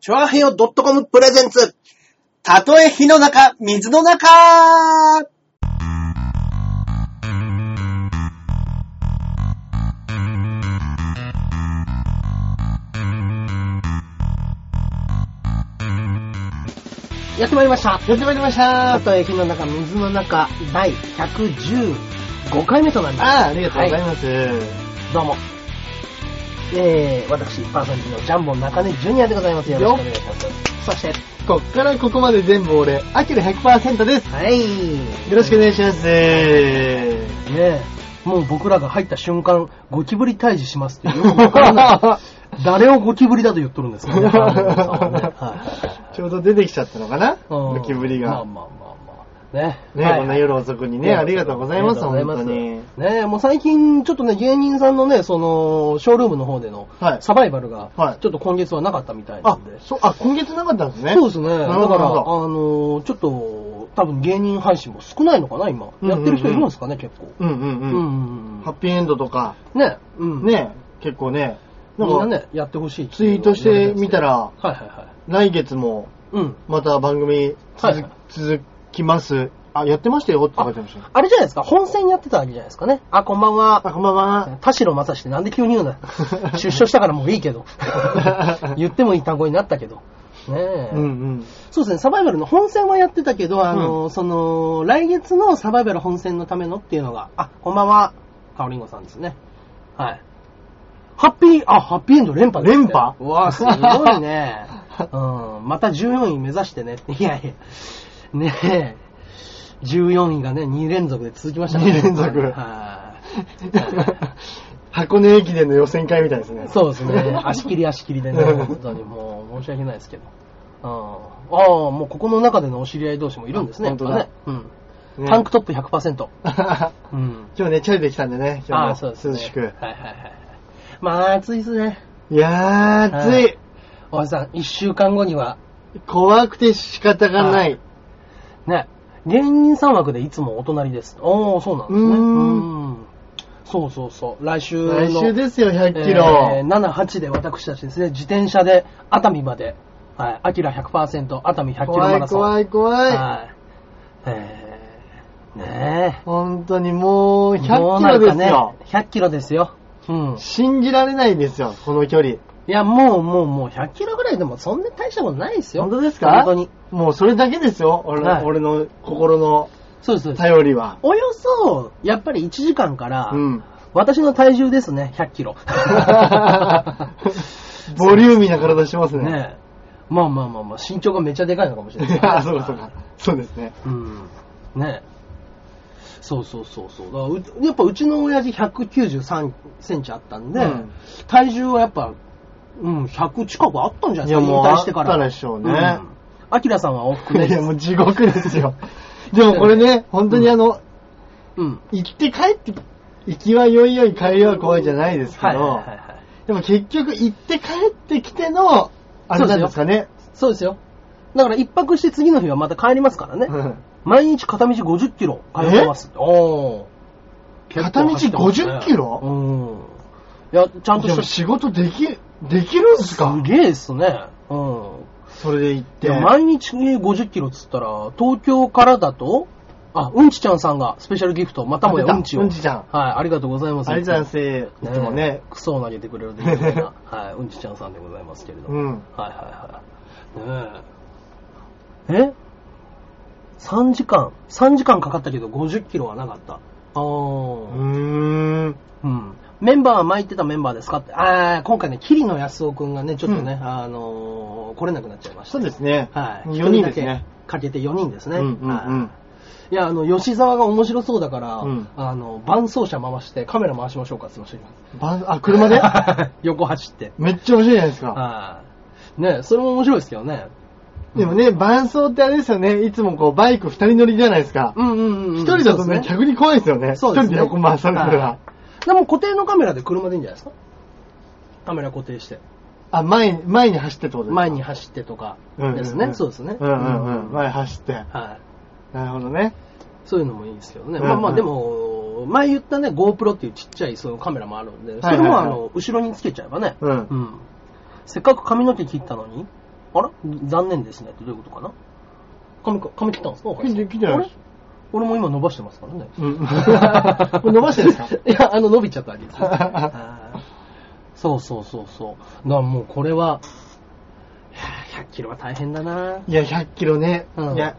チョアヘヨ .com プレゼンツ。たとえ火の中、水の中やってまいりました。やってまいりましあたと、駅の中、水の中、第115回目となります。あ、ありがとうございます。す。どうも。えー、私、パーソナリティのジャンボ中根ジュニアでございます。よろしくお願いします。そして、こっからここまで全部俺、アキラ100%です。はい。よろしくおね。願いします。ねもう僕らが入った瞬間、ゴキブリ退治しますってよくわから ない誰をゴキブリだと言っとるんですかね。はちょうど出てきちゃったのかないゴキブリまあまあが。まあまあ。ね。ね、はいこんな夜遅くにね、ありがとうございます、ありが本と当うございにま。すねえ、もう最近、ちょっとね、芸人さんのね、その、ショールームの方でのはいサバイバルがはい、ちょっと今月はなかったみたいなあんで。、そう、あ、今月なかったんですね。そうですね。だから、なあるほどなるほどの、ちょっと、多分芸人配信も少ないのかな、今。うんうんうんやってる人いるんですかね、結構。うんうんううん。んハッ。ピーエンドとか、ね、うん。ね、結構ね、なみんなんか、ね、やってほしいってツいイうのーをトしてみたら、はいはいはい。来月もうん。また番組続,、はいはい続きます。あ、やってましたよって書いてましたよ。あれじゃないですか、本戦やってたわけじゃないですかね。あ、こんばんは。あ、こんばんは。田代正史ってなんで急に 言うの出所したからもういいけど。言ってもいい単語になったけど。ねえ、うんうん。そうですね、サバイバルの本戦はやってたけど、あの、その、来月のサバイバル本戦のためのっていうのが、あ、こんばんは、カオリンゴさんですね。はい。ハッピー、あ、ハッピーエンド連覇ですね連覇うわあすごいね。うん、また14位目指してね。いやいや、ねえ。14位がね、2連続で続きましたね。二連続はい。箱根駅伝の予選会みたいですね。そうですね。 足切り足切りでね、本当にもう申し訳ないですけど。うんああ、もうここの中でのお知り合い同士もいるんですね。本当だやっぱね。うん。ねタンクトップ100%。うん。今日ね、チャリできたんでね、あ今あ、日そうもですね。涼しく。はいはいはい。まあ、暑いですね。いやー、暑はいい。おじさん、一週間後には、怖くて仕方がな。はいね、芸人3枠でいつもお隣です。おおそうなんですね。うーんうん。そうそうそう。来週の。来週ですよ、100キえーロ。 7、8で私たちですね、自転車で熱海まで、はい、アキラ100%、熱海100キロ怖マいラソン。怖いい怖い。はい。えー、ね本当にもう、え。 100どうキなロるでかすねよ。 100キロですよ。うん。信じられないですよ、この距離。いや、もうもうもう100キロぐらいでもそんな大したことないですよ。本当ですか本当に。もうそれだけですよ、俺の,、はい俺の心のそうです、そうです。頼りは。およそ、やっぱり1時間から、 うん。私の体重ですね、100キロ。 ボリューミーな体してますね。ねえ。まあまあまあまあ、身長がめちゃでかいのかもしれない。あ そうかそうか。そうですね。うん。ねそうそうそうそう。だからうやっぱうちの親父193センチあったんで、うん体重はやっぱ、うん、100近くあったんじゃないですか、いやもう引退してから。あったでしょうねんアキラさんは往復 いでや、。もう地獄ですよ。でもこれね、本当にあの、うん。行って帰って、行きはよいよい帰りは怖いじゃないですけはいはいどはい、はい。でも結局行って帰ってきての、あれなんですかね。そうですよ。だから一泊して次の日はまた帰りますからね。うん毎日片道50キロ通ってます。おー片道50キロうん。いや、ちゃんとでもした。す仕事でき、できるんすかげえですね。うん。それで行ってで。毎日50キロっつったら、東京からだと、あ、うんちちゃんさんがスペシャルギフト、またもやあ出たうんちを。うんちちゃんはい、ありがとうございます。ありがとうございます。いつもねえ。クソを投げてくれるで有 名な、はい、うんちちゃんさんでございますけれども。うんはいはいはい。ねえ。え ?3 時間、3時間かかったけど50キロはなかった。ああ、うーん。うんメンバーは巻いてたメンバーですかって。ああ、今回ね、桐野安夫くんがね、ちょっとね、あのー来れなくなっちゃいました。そうですね。はい。 4人です一人だね。けかけて4人ですうね。んうんはいいや、あの、吉沢が面白そうだから、うんあの、伴奏者回してカメラ回しましょうかって話うん。バンあ、車で 横走って。めっちゃ面白いじゃないですか。はい。ねそれも面白いですけどね。でもね、伴奏ってあれですよね。いつもこう、バイク2人乗りじゃないですか。うんうんうんうん。一人だそとね、うです逆に怖いですよね。一そうです人ねで横回されたはらい。でも固定のカメラで車でいいんじゃないですかカメラ固定して。あ、前に、前に走ってってことですか前に走ってとかですね。んんんそうですね。うんうんうん。前走って。はい。なるほどね。そういうのもいいですけどね。うんまあまうあんでも、前言ったね、GoPro っていうちっちゃいそのカメラもあるんで、それはいもはあいはいの、後ろにつけちゃえばね。うんせっかく髪の毛切ったのに、あら残念ですねってどういうことかな髪か、髪切ったんですか切って切ってないであれす俺も今伸ばしてますからね。うん。 これ伸ばしてるんです か いや、あの、伸びちゃったわけ ですね。あーそうそうそうそう。だからもうこれは、いやー100キロは大変だないや、100キロね。うんいや、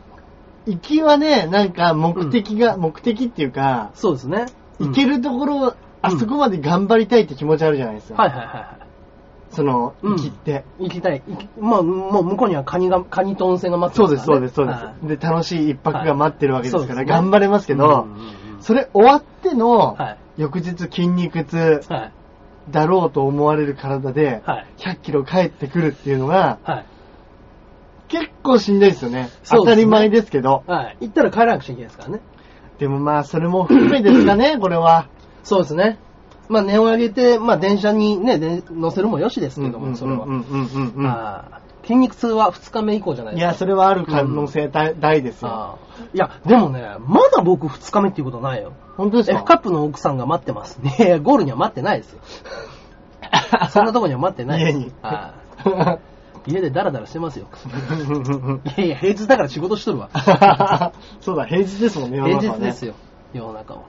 行きはね、なんか目的が、目的っていうか、そうですね。行ける、るところ、あそこまで頑張りたいって気持ちあるじゃないですか。はいはいはいはい。その、うん行きって。行きたい。行きまあ、もう向こうにはカニが、カニと温泉が待ってそうまです、そうです、そうではいす。で、楽しい一泊が待ってるわけですから、はい頑張れますけどうん、うんうんそれ終わってのはい、翌日筋肉痛はい。だろうと思われる体で、はい。 100キロ帰ってくるっていうのが、はい。結構しんどいですよね。そう当ですねたり前ですけど。はい。行ったら帰らなくちゃいけないですからね。でもまあ、それも含めですかね、これは。そうですね。まあ、値を上げて、まあ、電車にね、で乗せるもよしですけども、それは。うんうんうんうんうんあー筋肉痛は2日目以降じゃないいですか。や、それはある可能性大大ですよ。あーいや、でもね、まだ僕2日目っていうことないよ。本当です F カッかプの奥さんが待ってます。ねえゴールには待ってないです よ。そんなとこには待ってないです。家にあー家でダラダラしてますよ。いやいや、平日だから仕事しとる わ。 そうだ、平日ですもんね、世の平中は日ねですよ、世の中は。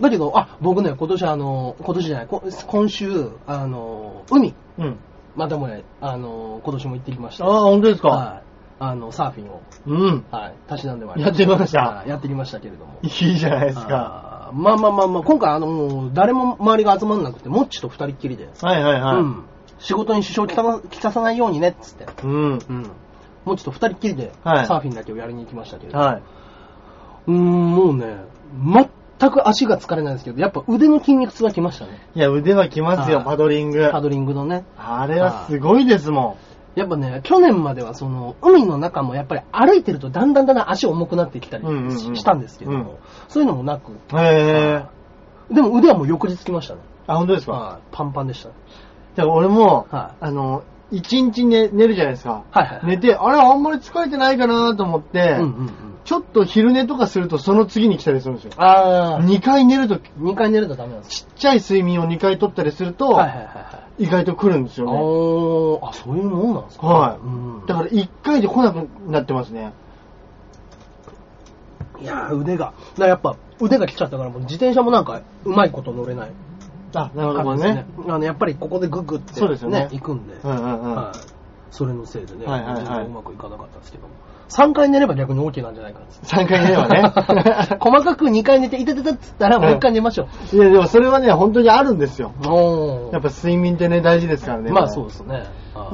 だけど、あ、僕ね、今年あの、今年じゃない、こ今週、あの、海、うん。またもや、あの、今年も行ってきましあた。あ、本当ですか。はい。あの、サーフィンを、うん。はい、たしなんでまいやってきましたはいやってきましたけれども。いいじゃないですか。あーまあまあまあまあ、今回あの、もう誰も周りが集まんなくて、もっちと二人っきりで、はいはいうはん。仕事に支障をきたまきたさないようにね、っつって。い。うん。うん。もうちょっと二人っきりで、はいサーフィンだけをやりに行きましたけれども。はうーん、もうね、全く足が疲れないですけど、やっぱ腕の筋肉痛がきましたね。い。いや、腕はきますよ、はいパドリング。パドリングのね。あれはすごいですもやっぱね、去年まではその、海の中もやっぱり歩いてるとだんだんだんだん足重くなってきたりし,、うんうんうんたんですけども、うんそういうのもなく、ん。へえ。でも腕はもう翌日きましたね。あ、本当ですか。はいパンパンでしたね。だから俺も、はあの、一日寝寝るじゃないですか。はいはいはい。寝て、あれ、あんまり疲れてないかなと思っうん、うてんうん。ちょっと昼寝とかするとその次に来たりするんですよ。あー、 2回寝ると、ち2回寝るとダメなんですっちゃい睡眠を2回取ったりすると、よ。はいはいはいはい。意外と来るんですよね。おー、あ、そういうもんなんですかはいうん、だから1回で来なくなってますね。いやー、腕が。だからやっぱ、腕が来ちゃったから、もう自転車もなんか、うまいこと乗れない。あ、なるほど感じねで。すねあの、やっぱりここでググって、そうですよね行くんで。うんうんうん。はい。それのせいでね、はいはいはい全然うまくいかなかったんですけども。3回寝れば逆に OK なんじゃないかっつって3回寝れ ばね。細かく2回寝て、いてててっつったら、もう1回寝ましょいや、でもそれはね、本当にあるんですよ。う。おやっぱ睡眠ってね、大事ですからね。まあそうでですね。はい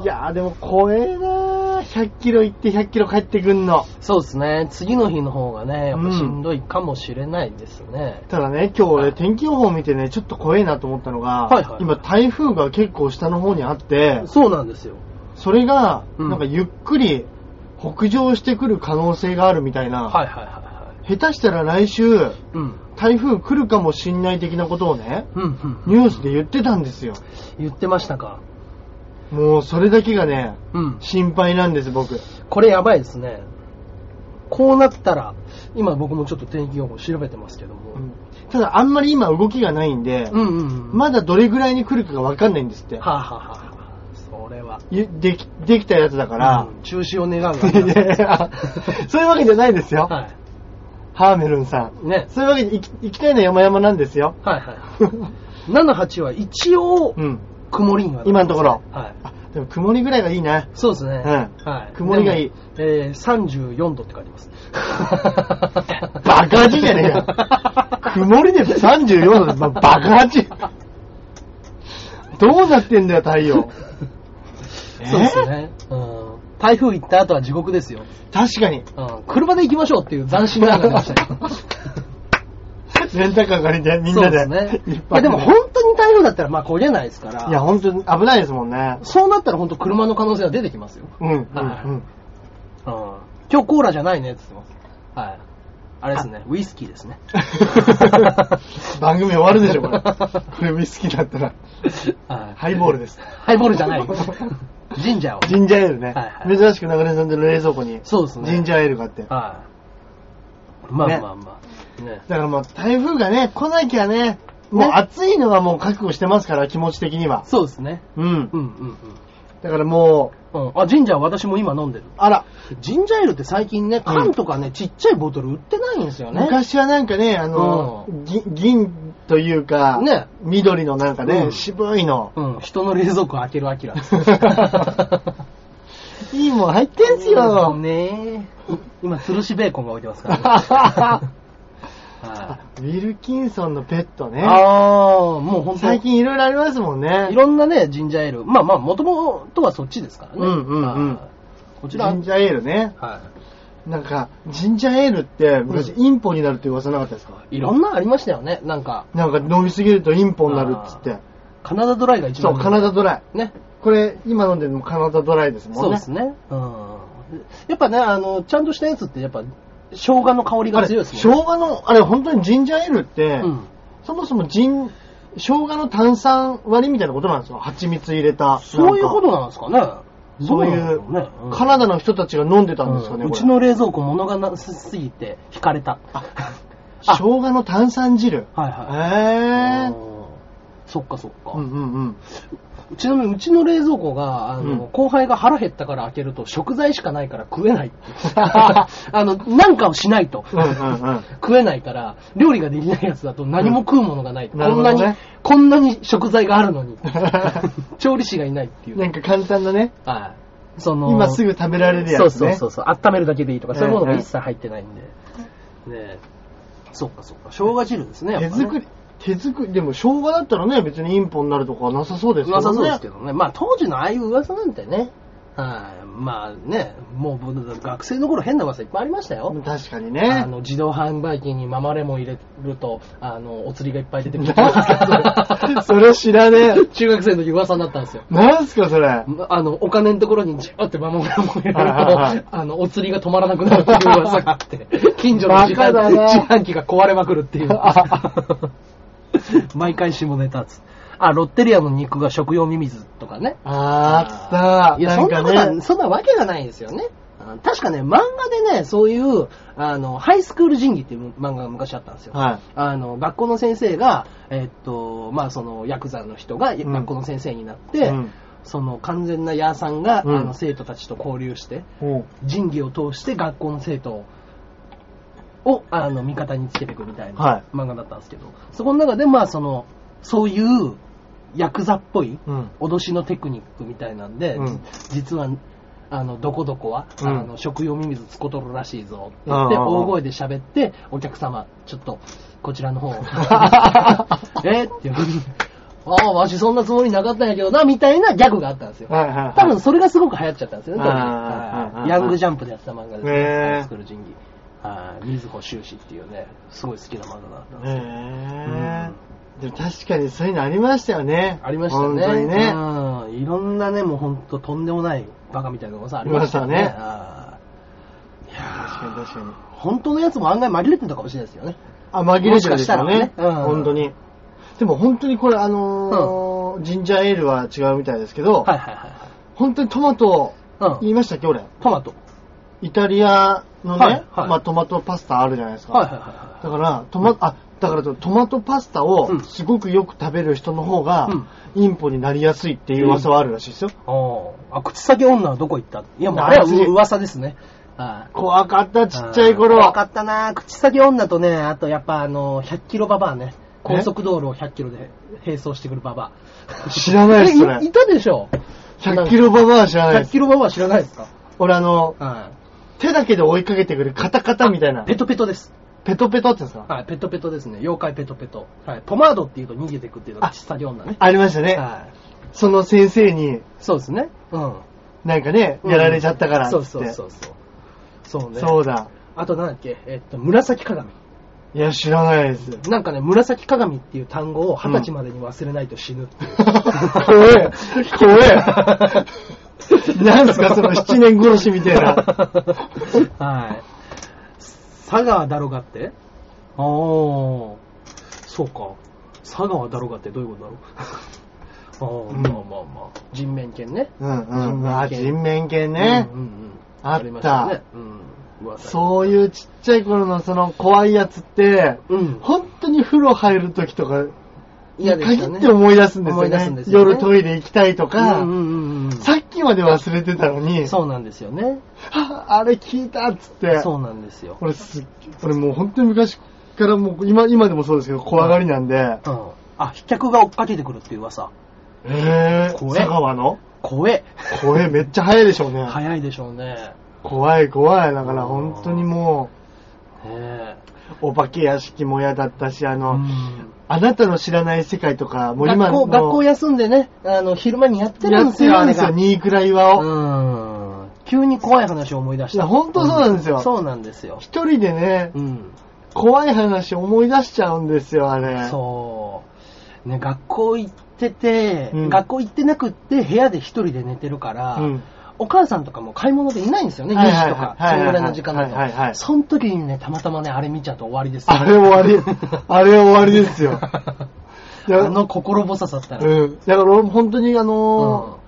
いやー、でも怖えなー。100キロ行って100キロ帰ってくんの。そうですね。次の日の方がね、やっぱしんどいかもしれないですね。ただね、今は日俺い天気予報を見てね、ちょっと怖えなと思ったのが、はいはい今台風が結構下の方にあって、そうなんですよ。それが、うんなんかゆっくり北上してくる可能性があるみたいな、はいはいはいはい。下手したら来週、うん。台風来るかもしんない的なことをね、うんうん。ニュースで言ってたんですよ。言ってましたか。もうそれだけがね、うん。心配なんです、僕。これやばいですね。こうなったら、今僕もちょっと天気予報調べてますけども。うんただあんまり今動きがないんで、うんうんうん。まだどれぐらいに来るかがわかんないんですって。はあ、はあはあはあ、それは。ゆでき、できたやつだから、うん中止を願う わいやいやそういうわけじゃないですよ。はハーメルンさん。い。ね。そういうわけで行き行きたいのは山々なんですよ。はいはい。78は一応う、ん。曇りには、今のところ。はい。あ、でも曇りぐらいがいいな。そうですね。うんはい。曇りがいいでも。えー、34度って書いて ます。バカ味じゃねえよ。曇りで34度で、まバカ味。どうなってんだよ、太陽。 そうですね。うん。台風行った後は地獄ですよ。確かに。うん。車で行きましょうっていう斬新な流れでしたけど。レンタカー借りて、 みんなで。そうですねいっ。まぱあいでも本当に台風だったらまあ焦げないですから。いや、本当に危ないですもんね。そうなったら本当車の可能性は出てきますよ。うん、うん、うはいうん。ん。今日コーラじゃないねって言ってます。はい。あれですね、ウイスキーです ね。番組終わるでしょ、これ。これウイスキーだったら。はい。ハイボールです。ハイボールじゃない。ジンジャーを。 ジンジャーエールね。はいはい珍しく長年さんでの冷蔵庫に、そうですね。ジンジャーエールがあって。だはい。まあまあまあ。ね。からもう台風がね、来なきゃね、もうね暑いのはもう覚悟してますから、気持ち的には。そうですね。うんう。んうんうん。だからもう、うん。あ、ジンジャー私も今飲んでる。あら、ジンジャーエールって最近ね、缶とかね、ちっちゃいボトル売ってないんですよね。昔はなんかね、あの、ぎ銀というか、ね緑のなんかね、うん渋いの。うん。人の冷蔵庫開けるアキラ。いいもん入ってんすよ。ねえ。今、吊るしベーコンが置いてますからね。はウィルキンソンのペッ トい、ね。ああ、もう本当最近いろいろありますもんね。いろんなね、ジンジャーエール。まあまあ、もともとはそっちですからね。うんうんうんはいこちら、はジいン。ジャーエールね。なんか、ジンジャーエールって昔インポになるって噂なかったですか、いろんなありましたよね。なんか、なんか飲みすぎるとインポになるっつって。カナダドライが一そ番。う、カナダドライ。ね。これ、今飲んでるのもカナダドライですもんね。そうですね。うん。やっぱね、あの、ちゃんとしたやつって、やっぱ、生姜の香りあがれ、強い生ですもんね。姜の、あれ本当にジンジャーエールって、うん。そもそもジン、生姜の炭酸割りみたいなことなんですよ。蜂蜜入れた。そういうこなんかとなんですかね。そういなんでうすよねうんカナダの人たちが飲んでたんですかうね、んうこれちの冷蔵庫物がなすすぎて引かれた。ああ生姜の炭酸汁。 はいえはい。えー。うんそっかそっか、うんうんうん。ちなみにうちの冷蔵庫が、あの、うん後輩が腹減ったから開けると食材しかないから食えないって。あの、なんかをしないと。うんうんうん。食えないから、料理ができないやつだと何も食うものがない。うんこんなになるこんなに食材がある のに。調理師がいないっていう。なんか簡単なね、はい。その、今すぐ食べられるやつね。そうそうそうそう。温めるだけでいいとか、そういうものがええ一切入ってないんで。ねえ。そっかそっか。生姜汁ですね。やっぱね手作り、手作り、でも生姜だったらね、別にインポになるとかはなさそうですけど噂ね。そうですけどね。まあ当時のああいう噂なんてね。はい。まあね、もう僕学生の頃変な噂いっぱいありましたよ。確かにあね。の、自動販売機にママレモン入れると、あの、お釣りがいっぱい出てく る。それ知らね え。中学生の時噂になったんですよ。なんすかそれ。あの、お金のところにジャーってママレモン入れると、はいはいはいあの、お釣りが止まらなくなるっていう噂があ って、近所の自販バカだな自販機が壊れまくるって いう。毎回下ネタっつ。あ、ロッテリアの肉が食用ミミズとかね。あー、つった。いや、そんなことなは、んかね。そんなわけがないですよね。あ確かね、漫画でね、そういう、あの、ハイスクール仁義っていう漫画が昔あったんですよ。はい。あの、学校の先生が、えっと、まあ、その、ヤクザの人がん学校の先生になって、うんその、完全なヤーさんが、うんあの、生徒たちと交流して、ほ仁義を通して学校の生徒を、をあの、味方につけていくみたいはな漫画だったんですけど、そこの中で、まあ、その、そういう、ヤクザっぽい、ううん。脅しのテクニックみたいなんで、うん実は、あの、どこどこは、うんあの、食用ミミズつことるらしいぞって言って、うんうんうん大声で喋って、お客様、ちょっと、こちら の方を、えーって言う。ああ、わしそんなつもりなかったんやけどな、みたいなギャグがあったんですよ。はいはいはい。多分それがすごく流行っちゃったんですよね、当時ああはああいヤングジャンプでやってた漫画ですへえね。ハイスクール仁義。はい水穂修士っていうね、すごい好きな漫画だったんですよ。へー。でも確かにそういうのありましたよね。ありましたね。本当にね。うん。いろんなね、もう本当とんでもないバカみたいな噂ありましたよね。いましたねあーいや確ーかに確かに。本当のやつも案外紛れてたかもしれないですよね。あ、紛れてるんですよもしか。ねしたらねうん本当に。でも本当にこれ、あのージンジャーエールは違うみたいですけど、はいはいは本当にトマト、いはい。う言ん。いましたっけ、俺。トマト。イタリアのね、はいはいまあ、トマトパスタあるじゃないですか。はいはいはだから、トマ、あ、だからトマトパスタうをんすごくよく食べる人の方が、うんインポになりやすいっていう噂はあるらしいですよ。い。おーあ、口先女はどこ行ったいや、もうあれは夏に噂ですね。はい。怖かった、ちっちゃい頃。分かったな口先女とね、あとやっぱあの、100キロババアね。高速道路を100キロで並走してくるババア。知らないですそれえいいたでしょ100キロババア知らないで100す。キロババア知らないですか俺あの、はい。手だけで追いかけてくるカタカタみたいな、ペトペトです。ペトペトってやつか、はい、ペトペトですね。妖怪ペトペト。はい。ポマードっていうと逃げてくっていうのがあちっさり女ね。ありましたね。はい。その先生に、そうですね。うん。なんかね、やられちゃったからっつそっうて。そうそうそう。そうね。そうだ。あとなんだっけ、えっと、紫鏡。いや、知らないです。なんかね、紫鏡っていう単語を二十歳までに忘れないと死ぬっていう。怖 え。怖え。なんすか、その七年殺しみたい な。はい。佐川だろがってああ、そうか。佐川だろがってどういうことだろ う。ああ、うんまあまあまあ。人面犬ね。うんうん。あ、人人面犬ねうん。うんうん、あったりましたね。うん。噂にそういうちっちゃい頃のその怖いやつって、うん。本当に風呂入るときとか、嫌でした限ね。って思い出すんですよ思い出すんねで。すよね夜トイレ行きたいとうんうか、んうんうん。さっききまで忘れてたのに、そうなんですよね。ああれ聞いたっつって、そうなんですよ。俺すっげこれもう本当に昔からもう今、今でもそうですけど、怖がりなんで、うん。あ、飛脚が追っかけてくるっていう噂。えぇ、怖ー、い佐川の怖え。声めっちゃ早いでしょうね。早いでしょうね。怖い怖い。だから本当にもねえ。う、お化け屋敷も嫌だったし、あうの、んあなたの知らない世界とか、もう今学の校、学校休んでね、あの、昼間にやってるやんっですてよ、るあんれですよ、が。新倉岩を。うん。急に怖い話を思い出しいや、た。本当そうなんですよ。そうなんですよ。一人でね、うん。怖い話思い出しちゃうんですよ、あれ。そう。ね、学校行ってて、うん学校行ってなくって部屋で一人で寝てるから、うんお母さんとかも買い物でいないんですよね、2はいはい時とか、はいはいそのぐらいの時間だと。はいはいはいその時にね、たまたまね、あれ見ちゃうと終わりですよあれ終わ り、あれ終わりですよ。いやあの心細さったら。うん。だから俺も本当にあの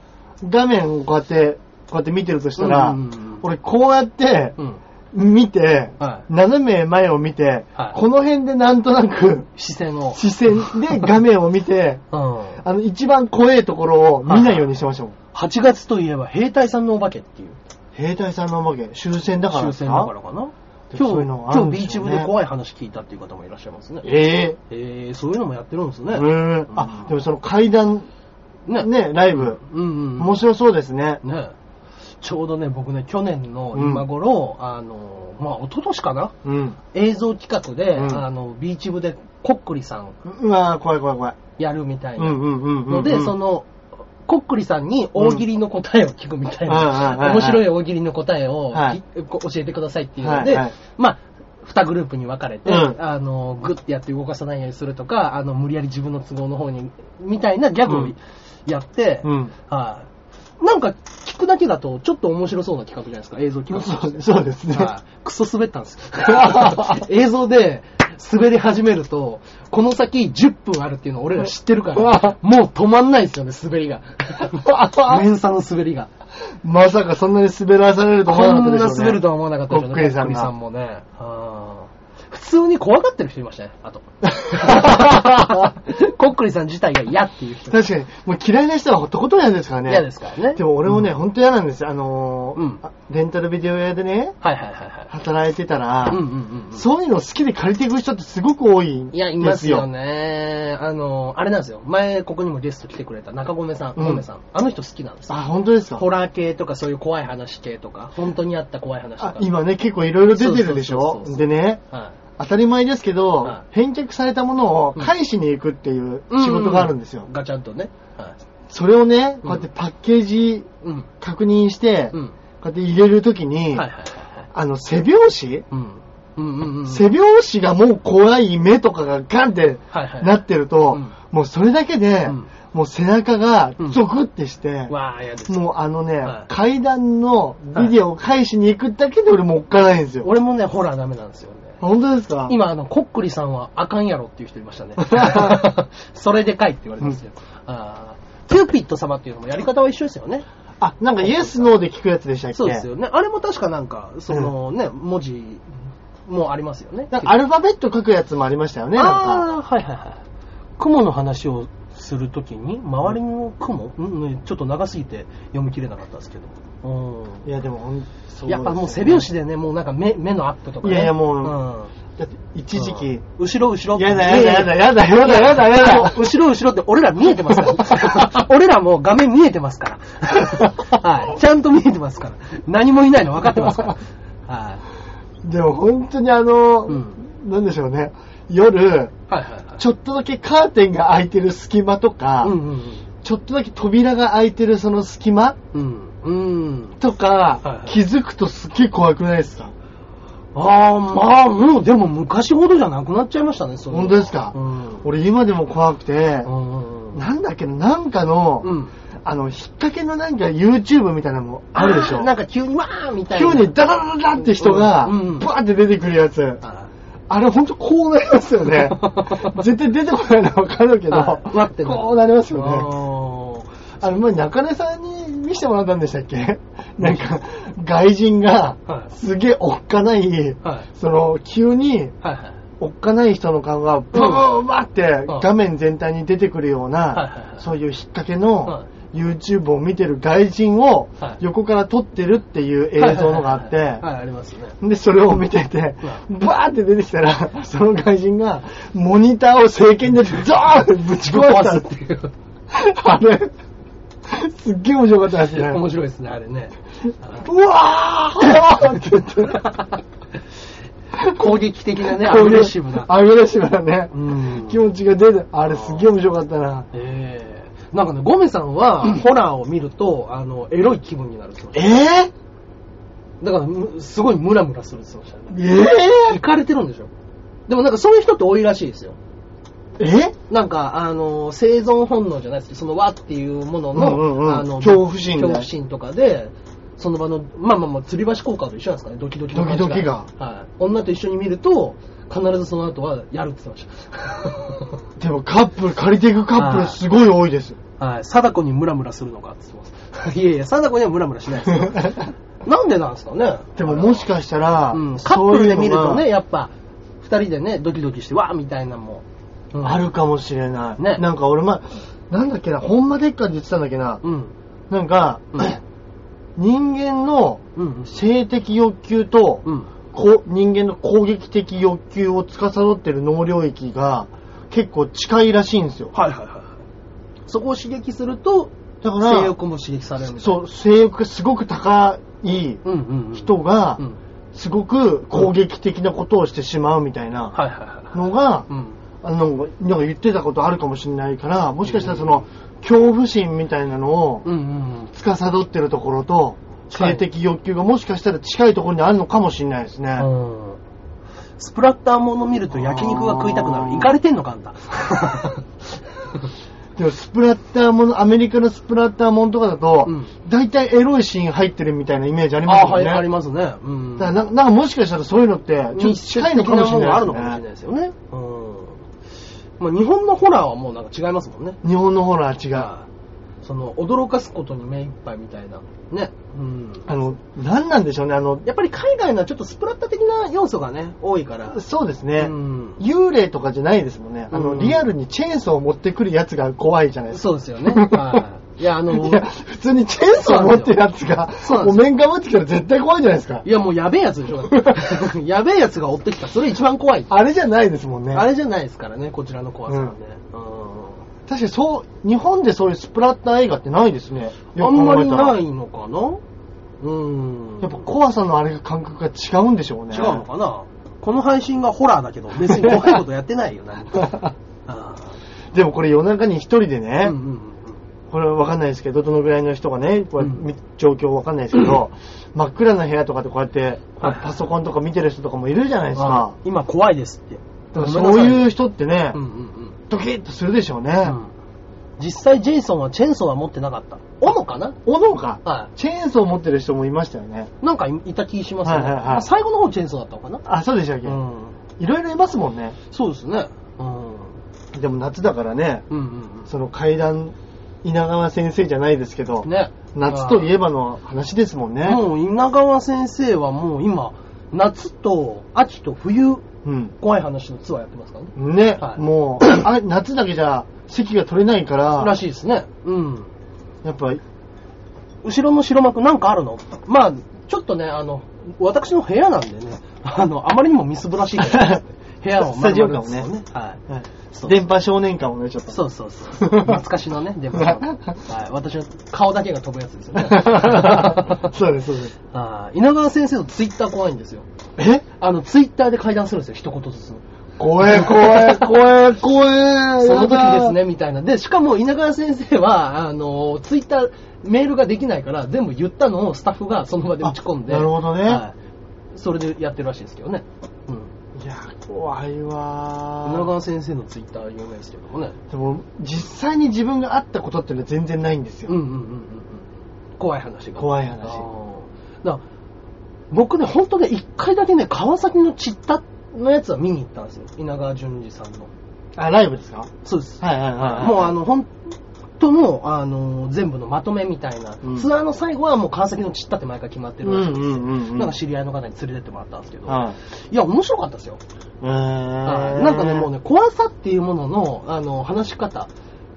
うー画面をこうやって、こうやって見てるとしたら、うんうんうん俺こうやって、ん。うん見て、は斜め前を見て、はいこの辺でなんとな く、視線を。視線で画面を見て、うん。あの、一番怖いところを見ないようにしてましたもん。 8月といえば兵隊さんのお化けっていう兵隊さんのおまけ、終戦だから終ですか戦だからかな。で今日、そういうのある今ん日でビーしチょう部ねで怖い話聞いたっていう方もいらっしゃいますね。ええー、そういうのもやってるんですえね。うん。あ、でもその階段、ね。ね、ライブ、うんうん。面白そうですね。ね。ちょうどね、僕ね、去年の今頃、あの、まあ、一昨年かなうん。映像企画で、うんあの、ビーチ部でコックリさんうわぁ、怖い怖い怖い。やるみたいうんなうんうんうん。ので、そ、の、コックリさんに大喜利の答えを聞くみたいうんうんうんうな、ん面白い大喜利の答えをき、はいこ教えてくださいっていうので、はいはいまあ、二グループに分かれて、うんあの、グッてやって動かさないようにするとか、あの、無理やり自分の都合の方に、みたいなギャグをやって、うん。はい。なんか、聞くだけだと、ちょっと面白そうな企画じゃないですか、映像企画とそしてうそうですね。はいクソ滑ったんですよ。 映像で滑り始めると、この先10分あるっていうのを俺ら知ってるかうらわ、もう止まんないですよね、滑り が。メンサの滑りが。まさかそんなに滑らされると思わこなかんったでなしょうね。滑るとは思わなかったこっくりさんコックリさんが。もね。あー普通に怖がってる人いましたね、あ と。コックリさん自体が嫌っていう人。確かに、もう嫌いな人はとことん嫌ですからね。嫌ですからね。でも俺もね、うん本当嫌なんですよ。あのーうんあレンタルビデオ屋でね、はいはいはいはい。働いてたら、うんうんうんうん。そういうの好きで借りていく人ってすごく多いんですよ。いや、いますよね。あの、あれなんですよ。前、ここにもゲスト来てくれた中込さん、うん米さん。あの人好きなんですよ。あ、本当ですかホラー系とかそういう怖い話系とか、本当にあった怖い話とあか。今ね、結構いろいろ出てるでしそうそうょそうそうでね、は当たり前ですけど、は返却されたものを返しに行くっていう仕事があるんですよ。い。ガチャンとね。はい。それをね、うんこうやってパッケージうん。確認して、うん。こうやって入れるときに、はいはいはいはい。あの、背表紙、うん。うんうんうん。背表紙がもう怖い目とかがガンってはいはい。なってると、うんもうそれだけで、うんもう背中がうんゾクってして、わあ、嫌です。もうあのね、はい階段のビデオを返しに行くだけで俺もおっかないんですよ。俺もね、ホラーダメなんですよね。本当ですか今、あの、コックリさんはあかんやろっていう人いま したね。それでかいって言われてますよ。あーキューピッド様っていうのもやり方は一緒ですよね。あ、なんかイエスノーで聞くやつでしたっけそうですよね。あれも確かなんか、そのね、文字もありますよね。なんかアルファベット書くやつもありましたよね、なんか。ああー、はいはいはい。雲の話をするときに、周りの雲、うんうんちょっと長すぎて読み切れなかったですけど。うんいや、でもほん、そうですやよっねぱもう背拍子でね、もうなんか目目のアップとか、ね。いやいやもうんだって一時期、うん後ろ後ろってやだやだやだやだやだやだやもだう後ろ後ろって俺ら見えてます から。俺らもう画面見えてます から。はい。ちゃんと見えてますから。何もいないの分かってますから。はい。でも本当にあの、うんなんでしょうね、夜、はいはいはい。ちょっとだけカーテンが開いてる隙間とか、うんうんちょっとだけ扉が開いてるその隙間うん。うん。うん。とか、はい気づくとすっげえ怖くないですかああ、まあ、もうでも昔ほどじゃなくなっちゃいましたね、それは本当ですかうん。俺今でも怖くてう、んうんうん。なんだっけな、なんかの、うん。あの、引っ掛けのなんか YouTube みたいなのもあるでしょなんか急にわーみたいな。今日にダダダダダって人が、うんうんバーって出てくるやつ。あー。あれほんとこうなりますよね 絶対出てこないのはわかるけど、あーなってるこうなりますよね。よね。あの、前中根さんに見せてもらったんでしたっけ なんか、外人がは、いすげえおっかない、はい。その、急に、はいはい。おっかない人の顔が、ブーブーブーってうん画面全体に出てくるようはいはいはな、いそういう引っ掛けはの YouTube を見てる外人をはい横から撮ってるっていう映像のがあはいはっいてはい、ありますね。で、それを見てて、バーって出てきたら、その外人が、モニターを政権で、ドーンってぶち壊したって。ていう。あれ、すっげえ面白かったですね。面白いですね、あれね。うわーって言って、攻撃的なね、アグレッシブな。アグレッシブなね、うん気持ちが出て、あれすっげえ面白かったな。ええなんかね、ゴメさんは、ホラーを見ると、あの、エロい気分になるそうでえぇ、す。だからむ、すごいムラムラするって言ってましたね。えぇ、行かれてるんでしょでもなんかそういう人って多いらしいですよ。えなんか、あの、生存本能じゃないですけど、その和っていうものの、うんうんうんあの、恐怖心ね恐怖心とかで、その場の、まあまあまあ、吊り橋効果と一緒なんですかね、ドキドキの感じドキドキがはい。女と一緒に見ると、必ずその後はやるって言ってましでもカップル、借りていくカップルすごい多 いです。た。はい。貞子にムラムラするのかって言ってます。 いやいや、貞子にはムラムラしないですよ。なんでなんですかね。でももしかしたら、うん、カップルで見るとそうね、いうやっぱ、二人でね、ドキドキして、わーみたいなのも、うんのがあるかもしれない。ねなんか俺前、なんだっけな、ほんまでっかって言ってたんだっけな、うん。なんか、うん。 人間のうん。性的欲求と、うん。こう人間の攻撃的欲求を司っている脳領域が結構近いらしいんですよ。はいはいはい。そこを刺激すると、だか性ら、欲も刺激されるみたいな。そう、性欲がすごく高いうんうんうん。人がう、ん。すごく攻撃的なことをしてしまうみたいなはいはいはい。のが、うん。あの、なんか言ってたことあるかもしれないから、もしかしたらその、恐怖心みたいなのをうんうん司ってるところと、近い性的欲求がもしかしたら近いところにあるのかもしれないですね。うん。うん。スプラッターもの見ると焼肉が食いたくなある。ーいかれてんのかあんた。でもスプラッターもの、アメリカのスプラッターものとかだ とうん、大体、エロいシーン入ってるみたいなイメージありまあすーよはね。い、ありますね。うん。だからななんかもしかしたらそういうのって、ちょっと密近接いの的かもなしもれのがあるのかもなしれいないですね。ですよね。うん。まあ、日本のホラーはもうなんか違いますもんね。日本のホラー違う。その、驚かすことに目いっぱいみたいな。ね。うん。あの、なんなんでしょうね、あの、やっぱり海外のはちょっとスプラッタ的な要素がね、多いから。そうですね、うん幽霊とかじゃないですもんね。あの、うんリアルにチェーンソーを持ってくるやつが怖いじゃないですか。そうですよね。はい。いや、あの い、や、普通にチェーンソーを持ってるやつがそう、なんでおすよ面が持ってきたら絶対怖いじゃないですかい。や、もうやべえやつでしょ。 だってやべえやつが追ってきた。それ一番怖い。あれじゃないですもんね。あれじゃないですからね、こちらの怖さはね。う確かにそう、日本でそういうスプラッター映画ってないですね。ん。よあくんま考えりたらないのかなうん。やっぱ怖さのあれが感覚が違うんでしょうね。違うのかなこの配信がホラーだけど、別に怖いことやってないよ、何 か。あでもこれ夜中に一人でーね、うんうんうんこれはわかんないですけど、どのぐらいの人がね、こうやってうんみ状況わかんないですけど、真っ暗な部屋とかでこうやって、こうパソコンとか見てる人とかもいるじゃないですあか。ー今怖いですって。だからそういうう。人ってねうん、うんうん。ドキッとするでしょうね。うん実際ジェイソンはチェーンソーは持ってなかった。斧かな斧か、はチェーンソー持ってる人もいましたよね。い。なんかいいた気しますよね。はいはいはいまあ最後の方チェーンソーだったのかなあ、そうでしたっけ、うん。いろいろいますもんね。そうですね。うん。でも夏だからね、うんうんその階段、稲川先生じゃないですけど、うん。ね。夏といええばの話ですもんね。もう稲川先生はもう今、夏と秋と冬、うん。怖い話のツアーやってますからね。ね、はいもうあ、夏だけじゃ席が取れないから、らしいですね。うん。やっぱ、後ろの白幕なんかあるのまあ、ちょっとね、あの、私の部屋なんでね、 あの、あまりにもみすぼらしい から、部屋を丸々ですよね。はい。そう電波少年感をね、ちょっと。。そうそうそう。懐かしのね、でも、はい、私の顔だけが飛ぶやつですよね そうです、そうです。あー稲川先生のツイッター怖いんですよ。えあの、ツイッターで会談するんですよ、一言ずつ。怖え、怖え、怖え、怖 え。その時やでだす。ね、みたいな。で、しかも稲川先生は、あの、ツイッター、メールができないから、全部言ったのをスタッフがその場で打ち込んで。あなるほどねはい。それでやってるらしいですけどね。うん。いや、怖い稲わ川先生のツイッターは有名ですけどもね。でも、実際に自分が会ったことっていうのは全然ないんですよ。うんうんうんうんうん。怖い話が。怖い話あーだから僕ね、本当ね、一回だけね、川崎のちったのやつは見に行ったんですよ。稲川淳二さんの。あ、ライブですかそうです。はいはいはい。もうあの、本当の、あの、全部のまとめみたいな、うんツアーの最後はもう川崎のちったって毎回決まってうるんうらしいんんですよ。うんうん。なんか知り合いの方に連れてってもらったんですけど、はい。いや、面白かったですよ。えーはいなんかね、もうね、怖さっていうものの、あの、話し方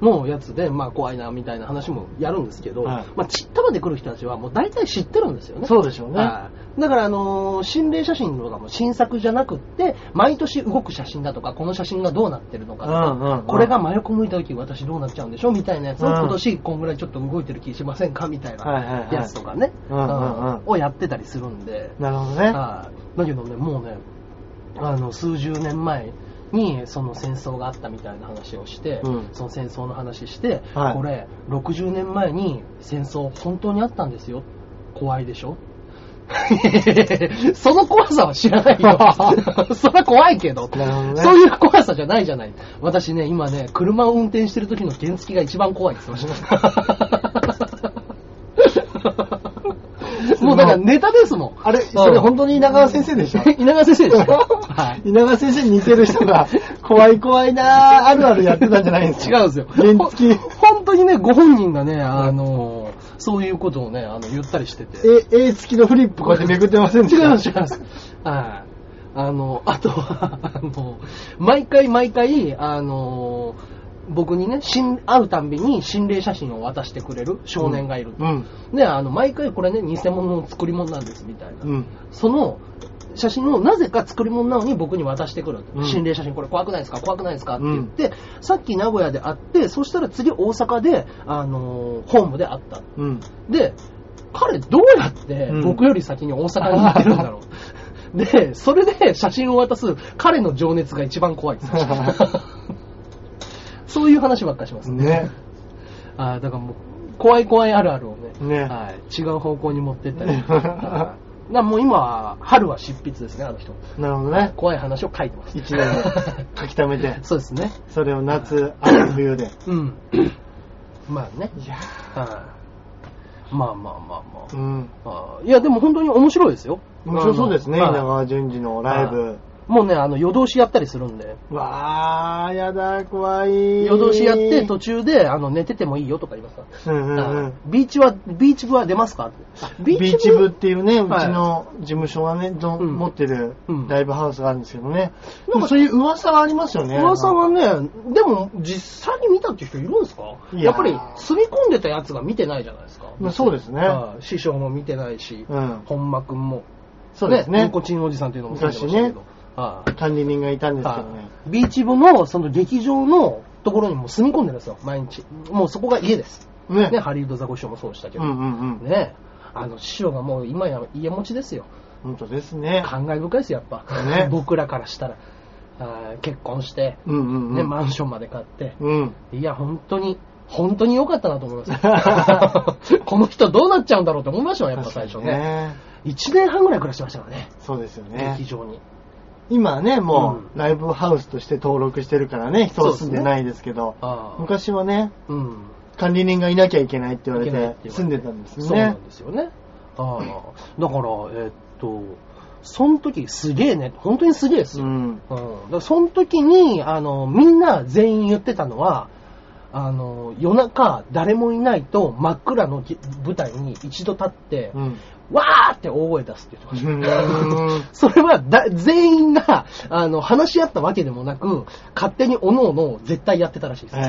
のやつで、まあ怖いなみたいな話もやるんですけど、はいまあちったまで来る人たちはもう大体知ってるんですよね。そうでしょうね。はいだから、あのー心霊写真とかも新作じゃなくって、毎年動く写真だとか、この写真がどうなってるのかとか、うんうんうんこれが真横向いた時私どうなっちゃうんでしょみたいなやつを、うん今年こんぐらいちょっと動いてる気しませんかみたいはいはいなはいやつとかね、うんうんうんうんをやってたりするんで、なるほどね。 はいだけどね、もうね、あの数十年前にその戦争があったみたいな話をして、うんその戦争の話して、はいこれ、60年前に戦争、本当にあったんですよ、怖いでしょ その怖さは知らない よ。そりゃ怖いけど。なるほどねそういう怖さじゃないじゃない。私ね、今ね、車を運転してる時の原付が一番怖いです、私 もうだからネタですもん。あれ、それ本当に稲川先生でし た稲川先生 でした。はい。稲川先生に似てる人が、怖い怖いなー、あるあるやってたんじゃないんです違かうんですよ。原付ほ本当にね、ご本人がね、あの、そういうことをね、あの、言ったりしてて。え、A 付きのフリップこうやってめくってませんでし違いたます、違います。はい。あの、あとは、あの、毎回毎回、あの、僕にね、心会うたんびに心霊写真を渡してくれる少年がいる。うん。ね、あの、毎回これね、偽物の作り物なんです、みたいな。うん。その写真をなぜか作り物なのに僕に渡してくる、うん心霊写真これ怖くないですか怖くないですかって言って、さっき名古屋で会ってそしたら次大阪で、あのーホームで会ったうん。で彼どうやってうん僕より先に大阪に行ってるんだろう、 でそれで写真を渡す彼の情熱が一番怖いです そういう話ばっかりしますねね。あーだからもう怖い怖いあるあるをねねはい、違う方向に持ってったり ねはいなもう今は春は執筆ですねあの人なるほどね。怖い話を書いてます一年 を書き溜めて、 そうですねそれを夏、秋、冬で。うんまあねいやはいまあまあまあまあー、うん。あーいやでも本当に面白いですよ面白そうですね、あの稲はい川淳二のライブ。もうねあの夜通しやったりするんでわー、やだ、怖い。夜通しやって途中であの寝ててもいいよとか言いますからうんうんうはいん。ビーチはビーチ部は出ますかってビーチ部っていうね、うはいちの事務所がね、どうん持ってるうんライブハウスがあるんですけどね。なんかそういう噂はありますよね。噂はね、でも実際に見たっていう人いるんですかいやーやっぱり住み込んでたやつが見てないじゃないですか。まあそうですねはい師匠も見てないし、うん本間くんも。そうですねニコチンおじさんっていうのも住んでましたけど。はい管理人がいたんですけどはね。いビーチ部のその劇場のところにもう住み込んでるんですよ、毎日。もうそこが家です。ね。ね、ハリウッドザコシショウもそうでしたけうど。んうんうん。ねあの、師匠がもう今や家持ちですよ。本当ですね。感慨深いですよ、やっぱ。ね僕らからしたら。はい結婚して、うんうんうん。ね、マンションまで買って、うん。いや、本当に、本当に良かったなと思います よ。この人どうなっちゃうんだろうって思いましたよ、やっぱ最初確かにね。1年半ぐらい暮らしてましたからね、そうですよね劇。場に。今はね、もうんう、ライブハウスとして登録してるからね、人は住んでないですけど、ああ。昔はね、うん。管理人がいなきゃいけないって言われいけないってて、言わ住れんてでたんですそうなねん。ですよね。ああ。だから、えっと、その時すげえね、本当にすげえですうよ。ん。うん。だからその時に、あの、みんな全員言ってたのは、あの、夜中誰もいないと真っ暗のぎ舞台に一度立って、 うん。わーって大声出すって言ってました。うんそれはだ全員があの話し合ったわけでもなく、勝手におのおの絶対やってたらしいです。え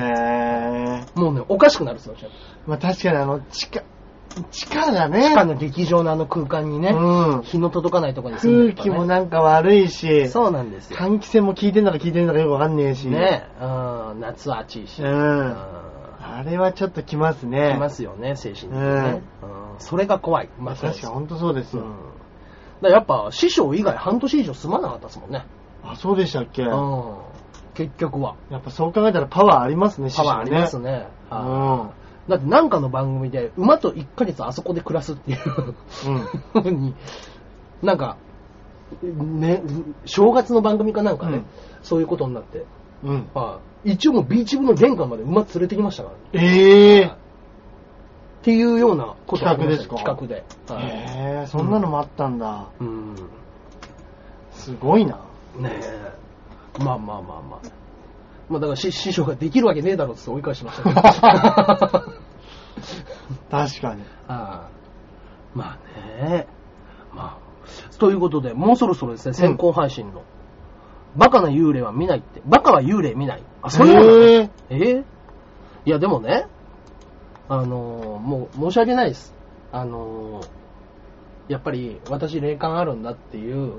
ー。もうね、おかしくなるんですよ、ちょっまあ確かにあの、地下、地下がとね地、下の劇場のあの空間にね、うん日の届かないところに住んでる空と気かねもなんか悪いし、そうなんですよ。換気扇も効いてんだか効いてんだかよくわかんねえし。ね、うん、夏は暑いし、ううんん。あれはちょっときますね。きますよね、精神的にね、うんそれが怖い。まあ確かにそう本当そうですですうよ。んだからやっぱ師匠以外半年以上住まなかったですもんね。あ、そうでしたっけ、うん、結局は。やっぱそう考えたらパワーありますね、パワーありますね。ね。うはいん。だってなんかの番組で馬と1ヶ月あそこで暮らすっていう ふうに、なんか、ね、正月の番組かなんかね、うんそういうことになって、うん。はい一応もうビーチ部の玄関まで馬連れてきましたからね、ええっていうようなことがありましたね企企画で。ー。はいえー、そんなのもあったんだ。うん。すごいな。ねえ。まあまあまあまあ。まあだからし師匠ができるわけねえだろうっつって追い返しましたけど。 確かに。ああまあね。まあ。ということで、もうそろそろですね、先行配信の。バカな幽霊は見ないって。バカは幽霊見ない。あ、そういうことえーえーいや、でもね、あのーもう申し訳ないです。あのーやっぱり私霊感あるんだっていう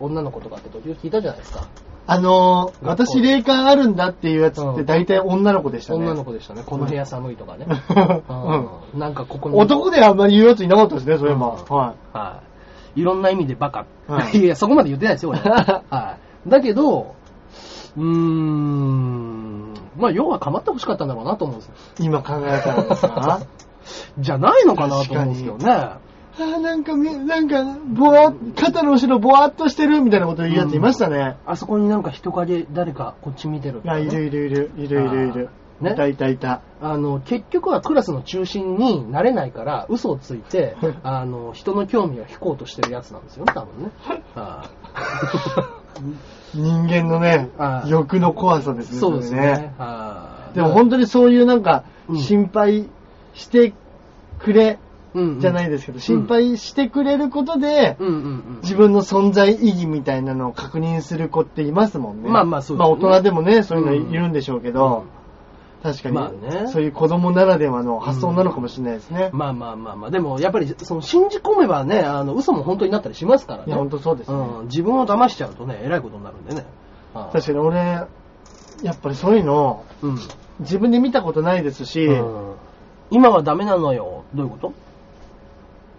女の子とかって時々聞いたじゃないですか。あのー、私霊感あるんだっていうやつって大体女の子でしたね。女の子でしたね。この部屋寒いと かね。ううんなんかここん。に。男ではあんまり言うやついなかったですね、それも。うんはい。はい。いろんな意味でバカ。は いい、や、そこまで言ってない ですよ、俺。はい。だけど、うーん、まあ、要は構ってほしかったんだろうなと思うんです よ。今考えたらですか じゃないのかなと思うんですよね。あーなんかみ、なんか、ぼわ、肩の後ろぼわっとしてるみたいなこと言うやついましたね。あそこになんか人影、誰かこっち見てるとかあ、ねいるいるいる、いるいるいる。あーねいたいたいた。あの、結局はクラスの中心になれないから、嘘をつい て、あの、人の興味を引こうとしてるやつなんですよね、多分ね。はい 人間のねは、い欲の怖さですね。そうですれねね。はいでも本当にそういうなんかう、ん心配してくれ、うん。じゃないいですけど、心配してくれることで、うんうんうん。自分の存在意義みたいなのを確認する子っていますもんね。まあまあそうですまあね大人でもね、そういうのいるんでしょうけど、確かに、まあねそういう子供ならではの発想なのかもしれないですね。まあまあまあまあ、でもやっぱりその信じ込めばね、あの嘘も本当になったりしますからいね。や、本当そうですね。うん、自分を騙しちゃうとね、えらいことになるんでね。確確かに俺、やっぱりそういうの、に。うん。自分で見たことないですし、うん今はダメなのよ。どういうこと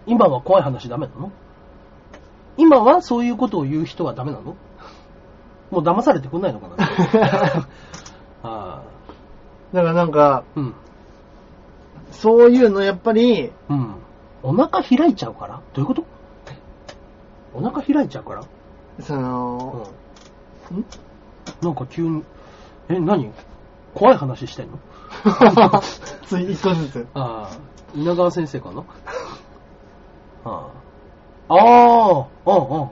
今は怖い話ダメなの今はそういうことを言う人はダメなのもう騙されてくんないの かなああだからなんか、うん。そういうのやっぱり、うん。お腹開いちゃうからどういうことお腹開いちゃうからその、 うん。なんか急に、え、何怖い話してん のつい一個ずつ。ああ、稲川先生か なああ。ああ、うんうんうんうんうん。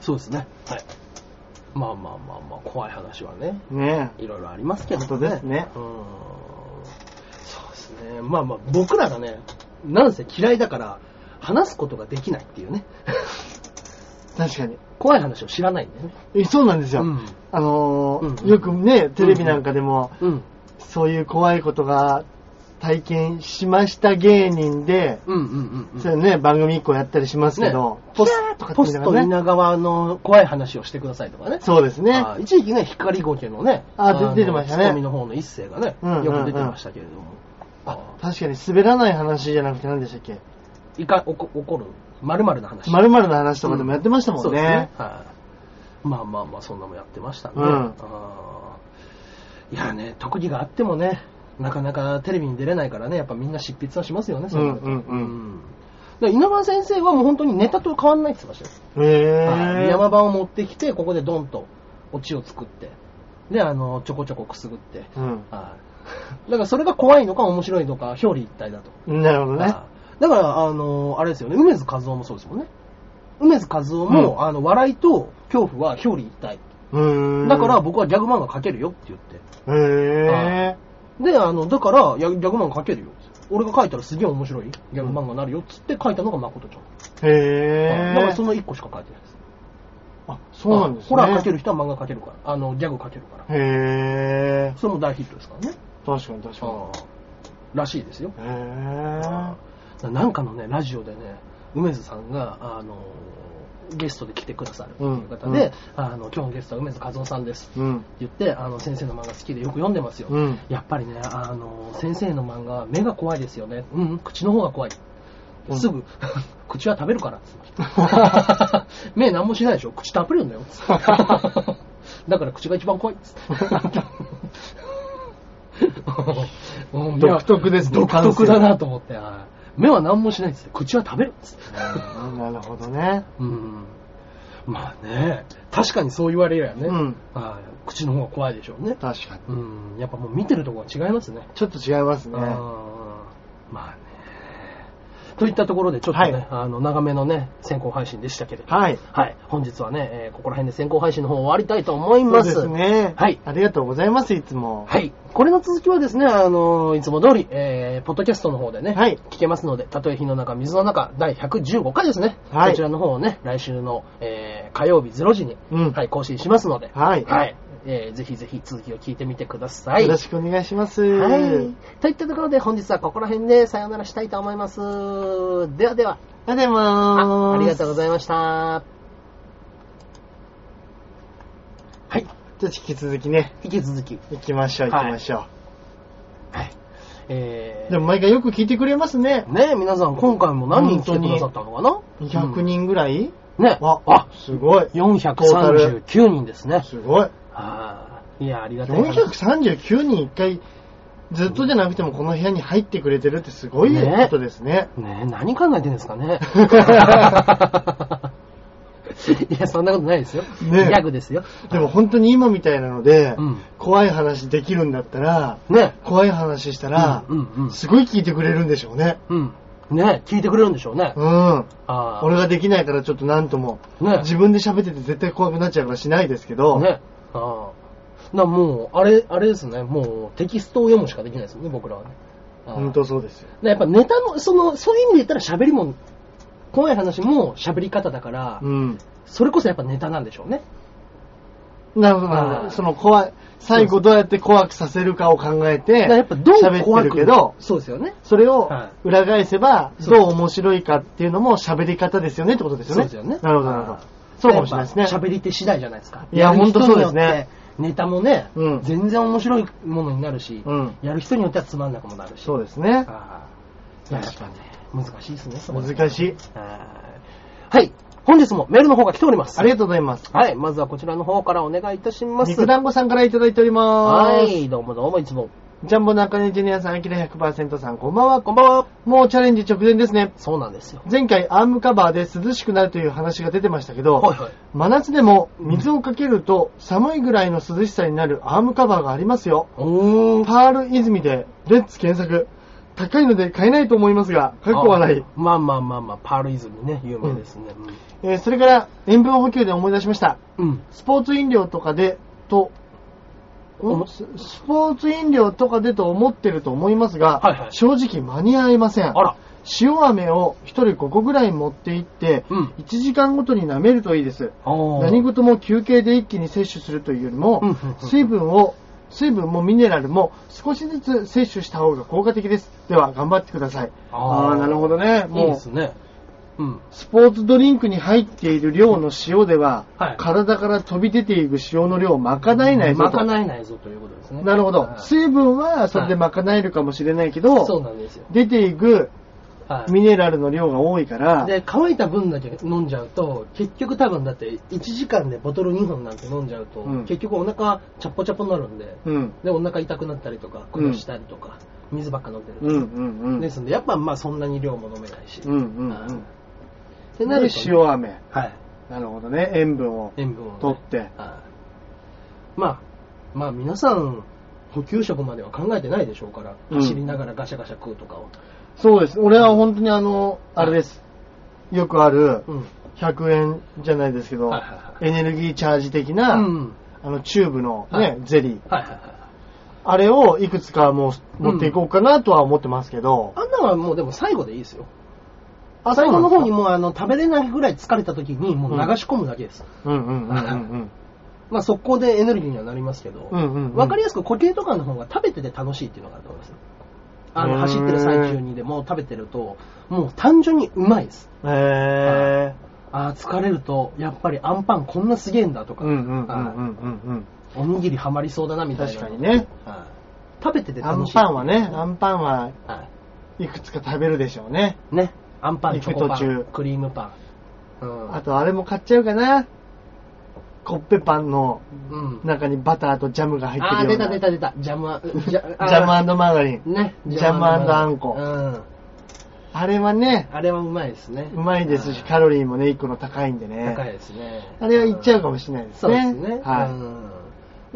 そうですね。はい。まあまあまあまあ、怖い話はね、ねいろいろありますけどね。本当ですねうーん。そうですね。まあまあ、僕らがね、なんせ嫌いだから、話すことができないっていう ね。確かに。怖い話を知らないんだよね。えそうなんですよ。うんあのーうんよくね、テレビなんかでも、うん。そういう怖いことが体験しました芸人で、うんうんうん、うん。そういうね、番組一個やったりしますけど、ポスとかってポ言いスなトがらね。稲川の怖い話をしてくださいとかね。そうですね。あー一時期ね、光ゴケのね、あーでの出てましたねツッコミの方の一世がね、うんうんうんよく出てましたけれども。ああ確かに滑らない話じゃなくて何でしたっけーいか、おこ起こる、まるな話。 〇〇の話とかでもやってましたもそんうですね。はい。まあまあまあ、そんなもんやってましたね。うあんーいやね、特技があってもね、なかなかテレビに出れないからね、やっぱみんな執筆はしますよね、そうなるとうんうんうんだから稲川先生はもう本当にネタと変わんないって言ってましたよ。へはいぇ山場を持ってきて、ここでドンとオチを作って、で、あの、ちょこちょこくすぐって、うんはい。だからそれが怖いのか面白いのか、表裏一体だと。なるほどね。はいだから、あの、あれですよね、梅津和夫もそうですもんね。梅津和夫も、うあの、笑いと恐怖は表裏一体。うーん。だから、僕はギャグ漫画描けるよって言って。へで、あの、だから、いやギャグ漫画描けるよ。俺が描いたらすげえ面白いギャグ漫画になるよっつって描いたのが誠ちゃん。ぇー。へはいだからそぇー。の1個しか描いてないです。あ、そうなんですね。ホラー描ける人は漫画描けるから。あの、ギャグ描けるから。へぇー。それも大ヒットですからね。確かに確からしいですよ。に。へぇなんかのね、ラジオでね、梅津さんが、あのー、ゲストで来てくださるっていう方で、あの、今日のゲストは梅津和夫さんです。ー。うん。 言って、あの、先生の漫画好きでよく読んでますよ。うんやっぱりね、あのー、先生の漫画は目が怖いですよね。うん、口の方が怖い。うんすぐ、 口は食べるからっつ って。目なんもしないでしょ。口食べるんだよっつって。だから口が一番 怖いっつって。もう目は独特ですね独特だなと思って。はい目は何もしないっつって。口は食べるっつって。なるほどね。うん。まあね、確かにそう言われりゃね、うんはい口の方が怖いでしょうね。確かに。うん、やっぱもう見てるとこが違いますね。ちょっと違いますうんね。まあね。といったところで、ちょっとね、はいあの、長めのね、先行配信でしたけれど。はい。はい。本日はね、えーここら辺で先行配信の方を終わりたいと思いそうま。ですすね。はいありがとうございます、いつも。はい。これの続きはですね、あの、いつも通り、えー、ポッドキャストの方でね、はい聞けますので、たとえ火の中、水の中、第115回ですね。はいこちらの方をね、来週の、えー、火曜日0時に、うんはい、更新しますので、はいはい。えーぜひぜひ続きを聞いてみてください。よろしくお願いします。はい。といったところで本日はここら辺でさようならしたいと思います。ではでは、あでもあありがとうございまました。はい。す。じゃあ引き続きね、引き続き。行きましょう、行はいきましょう。はい。えー、でも毎回よく聞いてくれますね。ね皆さん今回も何人来てくださったのかな200。人ぐらい、うんね。あ、あ、すごい。 439人ですね。すごい。はい。いや、ありがたい話。 439人1回、ずっとじゃなくてもこの部屋に入ってくれてるってすごいことですね。ねえ、何考えてんですか ね。いや、そんなことないですよ。ギねえャグですよ。でも本当に今みたいなので、うん怖い話できるんだったら、ね怖い話したえ。ら、うんうんすごい聞いてくれるんでしょうね。うん。うん。ねえ、聞いてくれるんでしょうね。うん。ああ。俺ができないからちょっとなんとも。ねえ。自分で喋ってて絶対怖くなっちゃうからしないですけど、ね。ああ。な、もう、あれ、あれですね。もう、テキストを読むしかできないですよね、僕らはね。ああ本当そうですよ。ねやっぱネタも、その、そういう意味で言ったら喋りも、怖い話も喋り方だから、うん。それこそやっぱネタなんでしょうね。なるほど、なるほあーど。その怖い、最後どうやって怖くさせるかを考えてだからやっぱ、どう喋って怖るくけど、そうですよね。それをは裏返せば、そうどう面白いかっていうのも喋り方ですよねってことですよね。そうですよねなるほど、なるほあどー。そうかもしれないですやっね。ぱ喋り手次第じゃないですか。いやる人ほんとそうですねによって。ネタもね、うん全然面白いものになるし、うんやる人によってはつまんなくもなるし。そうですね。ああ。いややっぱね、難しいですね、そこね難しい。はいはい。本日もメールの方が来ております。ありがとうございます。はい。まずはこちらの方からお願いいたします。肉団子さんからいただいておりまはす。い。どうもどうもいつも。ジャンボ中根ジュニアさん、アキラ100%さん、こんばんは。こんばんは。もうチャレンジ直前ですね。そうなんですよ。前回アームカバーで涼しくなるという話が出てましたけど、はいはい。真夏でも水をかけると寒いぐらいの涼しさになるアームカバーがありますよ。おー。パール泉でレッツ検索。高いので買えないと思いますが、かっこあ。笑まあまあまあまあ、パールイズムね、有名ですね。い。えーそれから塩分補給で思い出しました。うん。うんスポーツ飲料とかで、と、おんススポーツ飲料とかでと思ってると思いますが、はいはい正直間に合いません。あら。塩飴を1人5個ぐらい持って行って、うん1時間ごとに舐めるといいです。おー何事も休憩で一気に摂取するというよりも、うんうんうん水分を、水分もミネラルも少しずつ摂取した方が効果的です。では、頑張ってください。あーあーなるほどね。いいでもすう、ね。うん。スポーツドリンクに入っている量の塩では、はい体から飛び出ていく塩の量を賄えないぞまと。かないないぞということですね。なるほどは。い水分はそれで賄えるかもしれないけど、そうなんですよ。出ていくはいミネラルの量が多いから、で、乾いた分だけ飲んじゃうと、結局多分だって1時間でボトル2本なんて飲んじゃうと、うん結局お腹チャッポチャッポになるんで、うん。で、お腹痛くなったりとか、苦労したりとか、水ばっか飲んでるんでうすんよ、うんうん。ですんで、やっぱまあそんなに量も飲めないし。うんうんうんはいってでなると、塩飴。はい。なるほどね。塩分を塩分をね、取って。はい。まあ、まあ皆さん、補給食までは考えてないでしょうから、うん走りながらガシャガシャ食うとかを。そうです。俺は本当にあの、あれです。よくある、うん。 100円じゃないですけどはいはいは、エネルギーチャージ的な、うん。あの、チューブのね、はいゼリー。はいはいはい。あれをいくつかもう持っていこうかなとは思ってますけど、あんなはもうでも最後でいいですよ。あ最後の方にも。もうあの食べれないぐらい疲れた時にもう流し込むだけです。うんうんうんうんまあ速攻でエネルギーにはなりますけど、うんうんうんわかりやすく固形とかの方が食べてて楽しいっていうのがあると思います。あうのん走ってる最中にでも食べてると、もう単純にうまいです。うん。へああ、疲れると、やっぱりアンパンこんなすげえんだとー。か、うんうんうんうあんーうんおにぎりハマりそうだなみうん。たい確な。かに。ね。はい食べててア楽ンしい。パンはね、アンパンははいくつか食べるでしょうね。い。ね。アンパン、チョコパ行く途ン中、クリームパン。うん。あとあれも買っちゃうかな。コッペパンのうん。中にバターとジャムが入あっーてる出たよう出な。ジた出た。ジャムあ、ジ ャあーャムマーガリン。ね。ジャムあんこうん。あれはね、あれはうまいですね。うまいですし、うんカロリーもね、1個の高いんでね。高いですね。あれは行っちゃうかもしれないですそうでね。すね。ははい。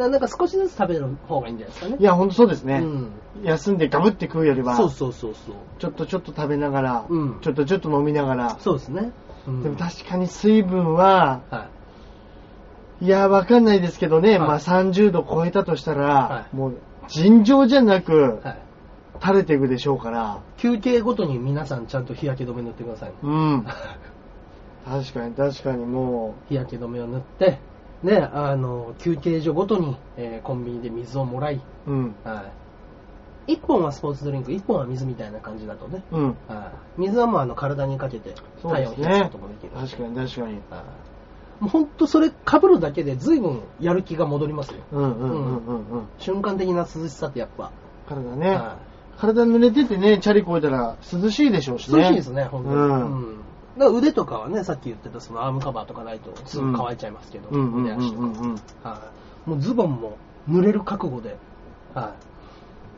ななんか少しずつ食べる方がいいんじゃないですかね。い。いや、ほんとそうですね。うん。休んでガブって食うよりは、そうそうそうそう。ちょっとちょっと食べながら、うんちょっとちょっと飲みながら。そうですね。うんでも確かに水分は、はい。いや、わかんないですけどはね、いまあ30度超えたとしたら、はいもう尋常じゃなくはい。垂れていくでしょうから、休憩ごとに皆さんちゃんと日焼け止め塗ってくださいね。うん。確かに確かにも日焼け止めを塗って、ね、あの、休憩所ごとに、えーコンビニで水をもらい、うん。はい。一本はスポーツドリンク、一本は水みたいな感じだとね。うん。はい。水はもうあの体にかけてそう体温でをす冷やすねこともでき。る。確かに確かに。はいもうほんとそれ被るだけで随分やる気が戻りますよ。うんうんうんうんうん。瞬間的な涼しさってやっぱ。体ね。は体濡れててね、チャリこいたら涼しいでしょういしね。涼しいですね、本当に。ううんん。だから腕とかはね、さっき言ってたそのアームカバーとかないとすぐ乾いちゃいますけど、うんうん腕うん足とうかんうん。はい。もうズボンも濡れる覚悟で、はい。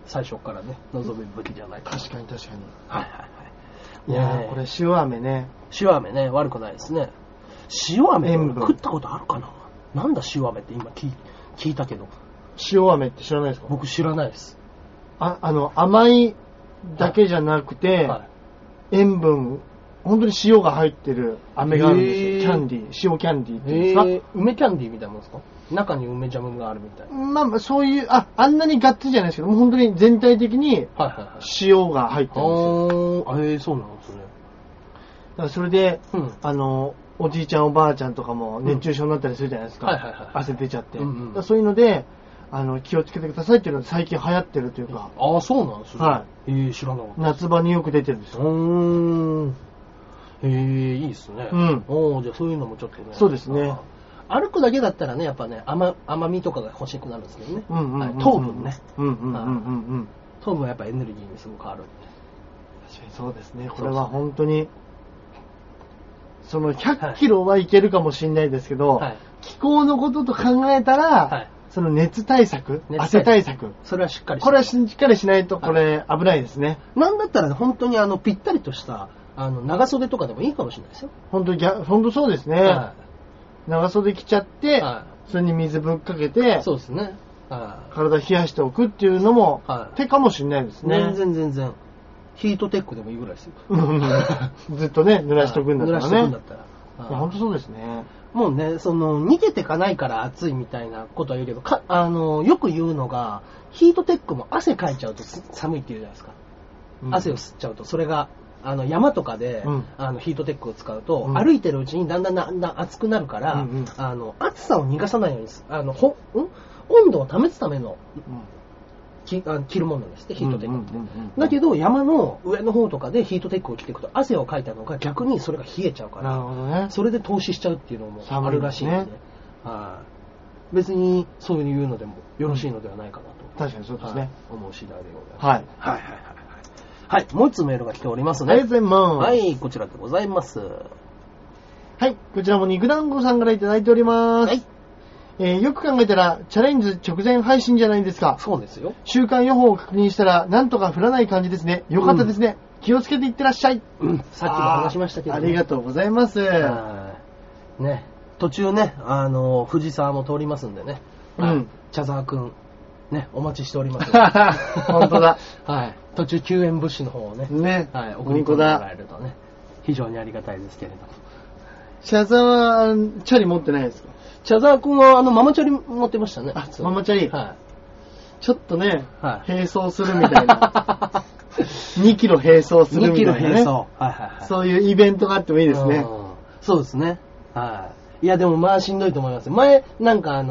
最初からね、望むべきじゃないかな。確かに確かに。はいはいはい。いやー、これ塩飴ね。塩飴ね、悪くないですね。塩飴塩分食ったことあるかななんだ塩飴って今聞い聞いたけど、塩飴って知らないですか僕知らないです。あ、あの、甘いだけじゃなくて、はい塩分、本当に塩が入ってる飴があるんですよ。へーキャンディー、塩キャンディーっていうんでえすか、ー、梅キャンディーみたいなもんですか中に梅ジャムがあるみたいな。まあまあ、そういう、あ、あんなにガッツリじゃないですけど、もう本当に全体的にはいはいはい。塩が入ってるんですよ。あー、えー、そうなのそれ。だからそれで、うん。あの、おじいちゃんおばあちゃんとかも熱中症になったりするじゃないですか。うんはいはいはい汗出ちゃって。うんうんだからそういうので、あの、気をつけてくださいっていうのが最近流行ってるというか、あー、そうなのそれ。はえー、知らなかった。夏場によく出てるんですうよ。ーん。えー、いいですね。うんおーじゃあそういうのもちょっとね。そうですねあー。歩くだけだったらね、やっぱね、甘甘みとかが欲しくなるんですけどね。うんうんうん、はういん。糖分ね。。うんうんうんうんうん。糖分はやっぱエネルギーにすごく変わるんで。確かにそうですそうでね。すねこれは本当に、その100キロはいけるかもしれないですけど、はい。気候のことと考えたら、はいその熱対策、熱対策汗対策、それはしっかりしてこれはしっかりしないとこれ危ないですね。なんだったらね、本当にあの、ぴったりとした、あの、長袖とかでもいいかもしれないですよ。本当に逆、本当そうですね。は長袖着ちゃって、はそれに水ぶっかけてい。、そうですね。はい体冷やしておくっていうのも、はい手かもしれないですね。全然全然。ヒートテックでもいいぐらいですよ。うんずっとね、濡らしておくんだったはい濡ららしとくんねだ。ったら。はいいや本当そうですね。もうね、その、逃げてかないから暑いみたいなことは言うけど、か、あの、よく言うのが、ヒートテックも汗かいちゃうとす寒いって言うじゃないですか。うん汗を吸っちゃうと、それが、あの、山とかで、うんあの、ヒートテックを使うと、うん歩いてるうちにだんだんだんだん暑くなるから、うんうんあの、暑さを逃がさないようにす、あの、ほ、ん温度を保つための、きあの着るものなんですって、ヒートテックって。うんうんうんうんだけど、山の上の方とかでヒートテックを着ていくと、汗をかいたのが逆にそれが冷えちゃうかうんらな、るほどね。それで投資しちゃうっていうのもあるらしいん寒でいですね。はい。別にそういうのでもよろしいのではないかなと。確かにそうですね。はい思う次第でございます。はい。はいはいはいはい。はい、もう一つメールが来ておりますありがとねう。ございます。ははい。い、こちらでございます。こちらも肉団子さんからいただいております。はい。えーよく考えたら、チャレンジ直前配信じゃないですか。そうですよ。週間予報を確認したら、なんとか降らない感じですね。よかったですね。気をつけていってらっしゃい。うん、さっきも話しましたけど、あーありがとうございます。はいね、途中ね、あの、藤沢も通りますんでね。うんはい。茶沢くん、ね、お待ちしております。 本当だ。はい。途中救援物資の方をね。ね。はい、送り本込ん当でもらだ。えるとね、非常にありがたいですけれども。シャザは、チャリ持ってないですか茶沢くんは、あの、ママチャリ持ってましたね。あそうママチャリはちょっとね、はい並走するい。みたいな。2キロ並走す2るみたキいロな、ね。並走。はいはいはい。そういうイベントがあってもいいですね。うんそうですね。はい。いや、でもまあしんどいと思います。前、なんかあ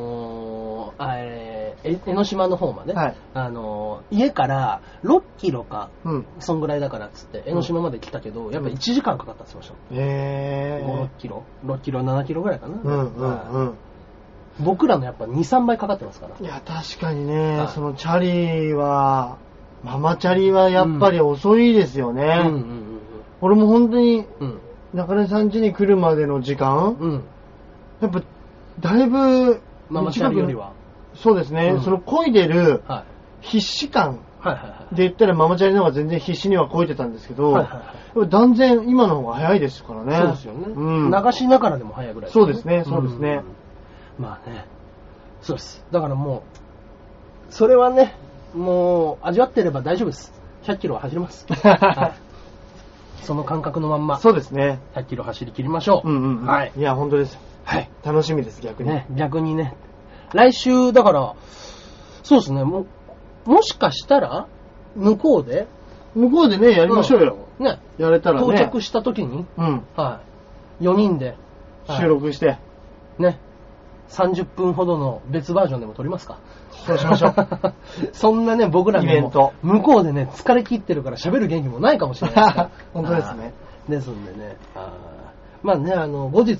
のー、あれ、え江ノ島の方まで、はいあのー、家から6キロか、うん。そんぐらいだからっつって、江ノ島まで来たけど、やっぱ1時間かかったっつってました。え5、6キロ ?6 キロ、7キロぐらいかな。ー。うんうんはいうん。僕らのやっぱ2、3倍かかってますからい。や、確かにね、はいそのチャリは、ママチャリはやっぱり遅いですよね。うんうんうん俺も本当に、うん。中根さん家に来るまでの時間、うん。うん。やっぱ、だいぶ、ママチャリよりは。そうですね、うんその漕いでるはい。必死感はいはいはい。で言ったらママチャリの方が全然必死には漕いでたんですけど、はいはいはいやっぱ断然今の方が早いですからね。そうですよね。うん。流しながらでも早いぐらい、そうですねそうですねうんまあね。そうです。だからもう、それはね、もう、味わってれば大丈夫です。100キロは走ります。 はいその感覚のまんま、 そうですね。 100キロ走り切りましょう。うんうん、うん。はい。いや、本当です。はい。楽しみです、逆に。ね、逆にね。来週、だから、そうですね、も、もしかしたら、向こうで、向こうでね、やりましょうよ。うんね、やれたらね。到着した時に、うん。はい。4人で、はい収録して。ね、 30分ほどの別バージョンでも撮りますか。そうしま しょう。そんなね、僕らイベンもト向こうでね、疲れ切ってるから喋る元気もないかもしれないから。 本当ですねあー。ですんでね。あーまあね、あの、後日、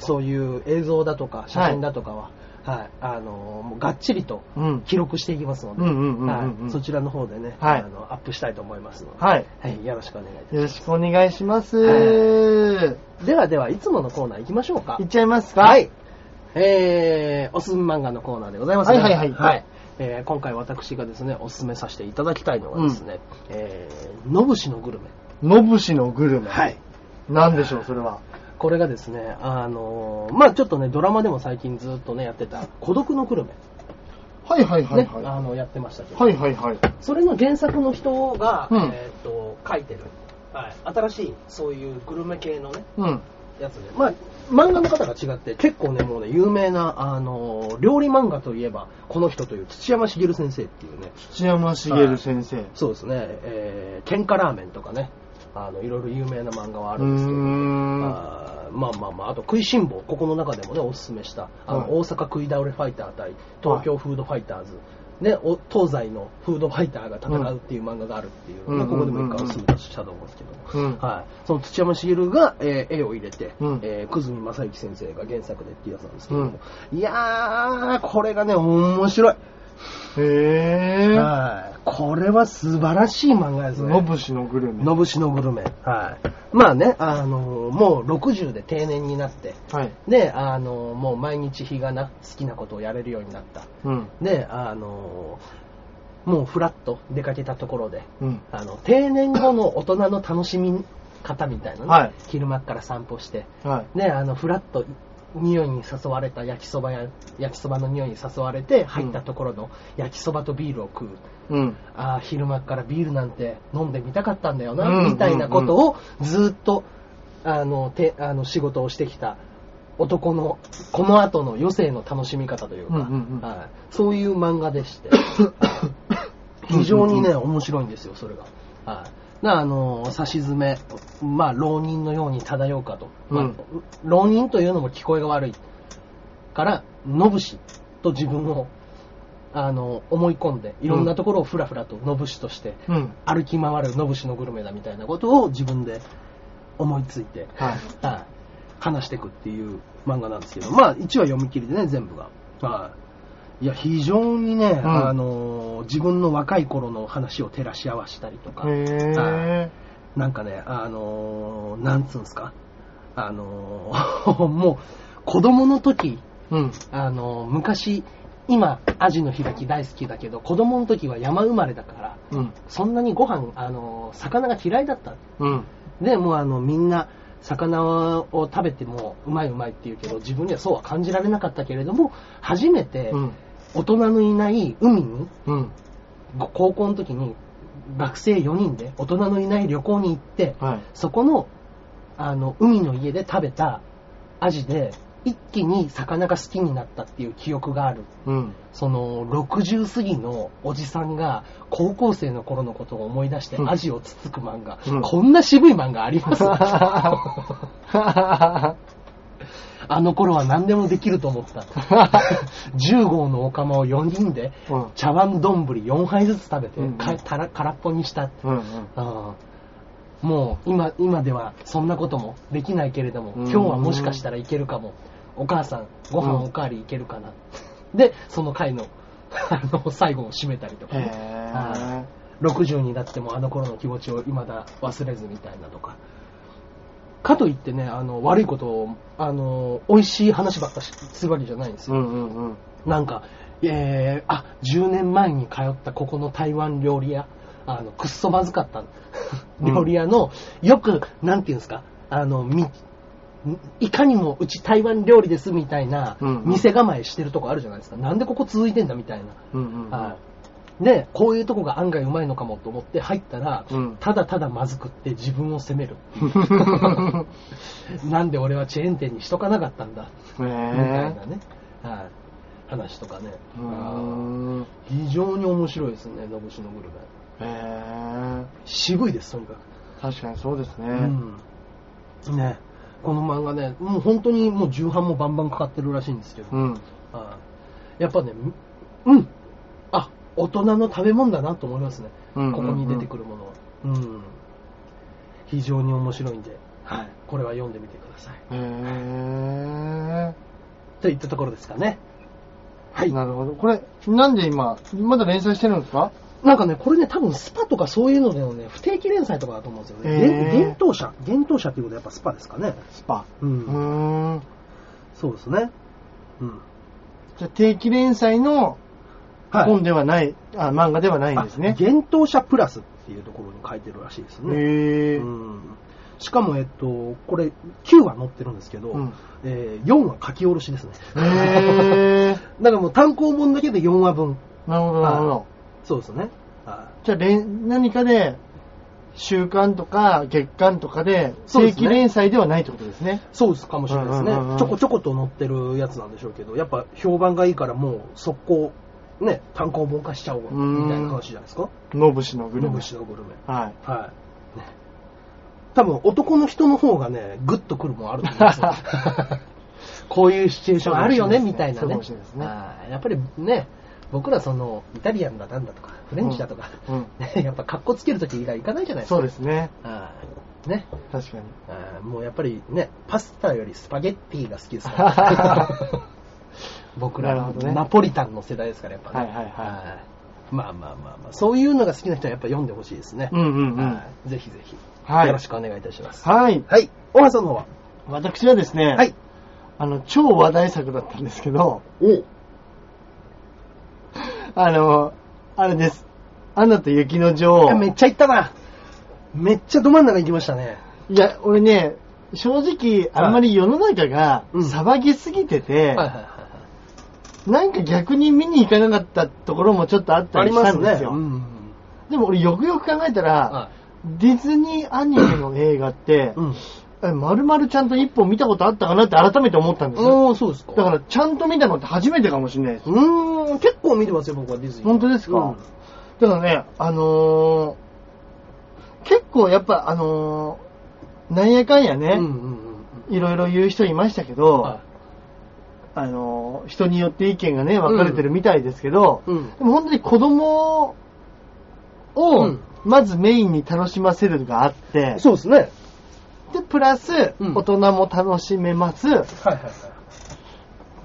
そういう映像だとか、写真だとかは、はい、あの、もうがっちりとうん記録していきますので、うんうんうんうんうんはいそちらの方でね、はいあの、アップしたいと思いますので、はい。はい、よろしくお願いいたします。よろしくお願いします。はではでは、いつものコーナー行きましょうかいっ。ちゃいますかはい。。えー、おすすめ漫画のコーナーでございますね。はいはいはいえー今回私がですね、おすすめさせていただきたいのがですね、えー、のぶしのグルメ。のぶしのグルメ。はい。なんでしょう、それは。これがですね、あのーまあちょっとね、ドラマでも最近ずっとね、やってた、孤独のグルメ。ね、はいはいはいはい。あの、やってましたけど、はいはいはい。それの原作の人が、うんえーっと、書いてる、はい、新しい、そういうグルメ系のね、うん。やつで、まあ、漫画の方が違って、結構ね、もうね、有名な、あのー、料理漫画といえば、この人という土山茂先生っていうね、土山茂先生。そうですね、えー、喧嘩ラーメンとかね、あの、いろいろ有名な漫画はあうーるんですけど、ん。あーまあまあまあ、あと食いしん坊、ここの中でもね、おすすめした、あはいの大阪食い倒れファイター対東京フードファイターズ、ね、お東西のフードファイターが戦うっていう漫画があるっていう、うんまあここでも一回おすすめしたと思うんですけど、うんはい、その土山茂が、えー絵を入れて、うんえー、久住正幸先生が原作でっていうやつなんですけども、いやー、これがね、面白い。へぇはいこれは素晴らしい漫画ですー。ね。のぶしのグルメ。のぶしのグルメ。はい。まあね、あのもう60で定年になって、はい。で、あのもう毎日日がな、好きなことをやれるようになった。うん。で、あのもうふらっと出かけたところで、うん。あの、定年後の大人の楽しみ方みたいなね、はい昼間っから散歩して、はい。ね、あの、ふらっと匂いに誘われた焼きそばや、焼きそばの匂いに誘われて入ったところの焼きそばとビールを食う。うん。ああ、昼間っからビールなんて飲んでみたかったんだよな、うんみたいなことをずっと、あの、て、あの、仕事をしてきた男の、この後の余生の楽しみ方というか、うんうんうんはいそういう漫画で して、非常にね、面白いんですよ、それが。はい。なあの、差し詰め、まあ、浪人のように漂うかと。まあうん浪人というのも聞こえが悪いから、のぶしと自分を、あの、思い込んで、いろんなところをふらふらとのぶしとして、うん。歩き回るのぶしのグルメだみたいなことを自分で思いついて、はい。はい話していくっていう漫画なんですけど、まあ、一話読み切りでね、全部が。はい。いや、非常にね、んあの、自分の若い頃の話を照らし合わせたりとか、はいへなんかね、あのーなんつうんすか、あのー もう、子供の時、ぇー。うん。あのー昔、今、アジの開き大好きだけど、子供の時は山生まれだから、うん。そんなにご飯、あのー魚が嫌いだった。うん。で、もうあの、みんな、魚を食べてもうまいうまいって言うけど、自分にはそうは感じられなかったけれども、初めてう、ん。大人のいない海に、うん。ご高校の時に、学生4人で大人のいない旅行に行って、はい。そこの、あの、海の家で食べたアジで、一気に魚が好きになったっていう記憶がある。うん。その、60過ぎのおじさんが、高校生の頃のことを思い出して、うんアジをつつく漫画、うんこんな渋い漫画あり ますあの頃は何でもできると思 った。10号のお釜を4人でうん、茶碗丼4杯ずつ食べて、うんかたら空っぽにした。うんうん。ああもう今今ではそんなこともできないけれども、うん今日はもしかしたらいけるかもお母さんご飯おかわりいけるかな、でその回の あの最後を締めたりとか、へね、ぇ60になってもあの頃の気持ちを未だ忘れずみたいなとかかといってねあの悪いことをあの美味しい話ばっかしするわけじゃないんですよー。うんうんうん。なんか、えー、あ、10年前に通ったここの台湾料理屋、あの、くっそまずかったうん料理屋の、よく、なんていうんですか、あの、み、いかにもうち台湾料理ですみたいなうんうん店構えしてるとこあるじゃないですか。なんでここ続いてんだみたいな。うんうん。はい。で、こういうとこが案外うまいのかもと思って入ったら、うんただただまずくって自分を責める。 なんで俺はチェーン店にしとかなかったんだ。へみたいぇなね、はい、話とかね、ー。うーん。非常に面白いですね、のぶしのグルメ。へぇー。渋いです、とにかく。確かにそうですね。うん。ね。この漫画ね、もう本当にもう重版もバンバンかかってるらしいんですけど、うん。あやっぱね、みうん、あ大人の食べ物だなと思いますね、うんうんうんここに出てくるものは。うん非常に面白いんで、はい。これは読んでみてください。へえ。といったところですかね。はい。なるほど。これ、なんで今、まだ連載してるんですかなんかね、これね、多分スパとかそういうのでのね、不定期連載とかだと思うんですよね。へー伝伝統者。伝統者っていうことはやっぱスパですかね。スパ。う。うんーん。そうですね。うん。じゃあ定期連載のはい。本ではない、あ、漫画ではないんですね。伝統者プラスっていうところに書いてるらしいですね。へえ。うん。しかも、えっと、これ、9話載ってるんですけど、うんえー4話書き下ろしですね。 へえ。だからもう単行本だけで4話分。なるほど、なるほど。そうですね。はじゃあ、連何かで、週刊とか月刊とかで、そうで正すね規連載ではないってことですねい。そうですかもしれないですね、うんうんうんうんちょこちょこと載ってるやつなんでしょうけど、やっぱ評判がいいからもう速攻、ね、単行本化しちゃおうみたいな話じゃないですか。ノブシのグルノメブ。シのグルメ。はい。はい。ね多分男の人の方がね、グッとくるもんあると思うんですよ。 こういうシチュエーションあるよね、みたいなそうかねもしれないですね。あーやっぱりね、僕らその、イタリアンだなんだとか、フレンチだとか、うんうんね やっぱ格好つけるとき以外行かないじゃないですか。そうですね。あーね。確かに。あーもうやっぱりね、パスタよりスパゲッティが好きです から。僕らなのるほどねナポリタンの世代ですから、やっぱね。はいはいはいいまあまあまあまあ、そういうのが好きな人はやっぱ読んでほしいですね。うんうんうんはいぜひぜひ、はいよろしくお願いいたします。はい。はい。大橋さんの方は私はですね、はい。あの、超話題作だったんですけど、おあの、あれです。アナと雪の女王。めっちゃ行ったな。めっちゃど真ん中行きましたね。いや、俺ね、正直、あんまり世の中がうん騒ぎすぎてて、はいはいはいはいなんか逆に見に行かなかったところもちょっとあったありりしまたすんでね。すよ。うんうんでも俺よくよく考えたら、うん。はディズニーアニメの映画ってい。、うん。え丸々ちゃんと一本見たことあったかなって改めて思ったんですよ。おー、そうですか。だから、ちゃんと見たのって初めてかもしれないです。うーん、結構見てますよ、僕はディズニー。本当ですか、うんだからね、あのー結構やっぱあのーなんやかんやね、うんうんうんいろいろ言う人いましたけうど、ん。はいあのー人によって意見がね、分かれてるみたいですけど、うんでも本当に子供うをん、まずメインに楽しませるのがあって、そうですね。はいで、プラス、うん大人も楽しめます、っはいはい。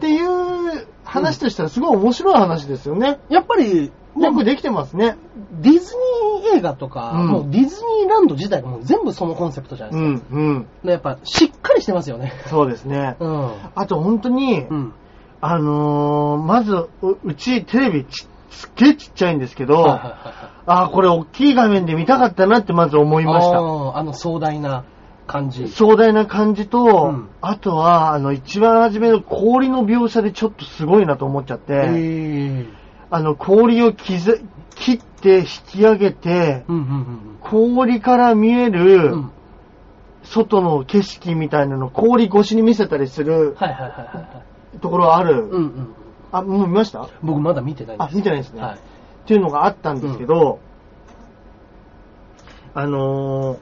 ていう話としたらすごい面白い話ですよね。やっぱり、よもくうできてますね。ディズニー映画とか、うんもうディズニーランド自体がもう全部そのコンセプトじゃないうですか。ん、うん。でやっぱしっかりしてますよね。そうですね。うん。あと本当に、うん。あのーまずう、うちテレビちすっげえちっちゃいんですけど、はいはいはいはいああ、これ大きい画面で見たかったなってまず思いました。あーあの壮大な感じ。壮大な感じと、んあとは、あの、一番初めの氷の描写でちょっとすごいなと思っちゃって、えーあの、氷を切ぜ切って引き上げて、うんうん氷から見えうんうん。うるん。外の景色みたいなの氷越しに見せたりするはいはいはいはいはい。ところはある。うんうん。あ、もう見ました僕まだ見てないんですあ見てないですねはい。っていうのがあったんですけど、あのー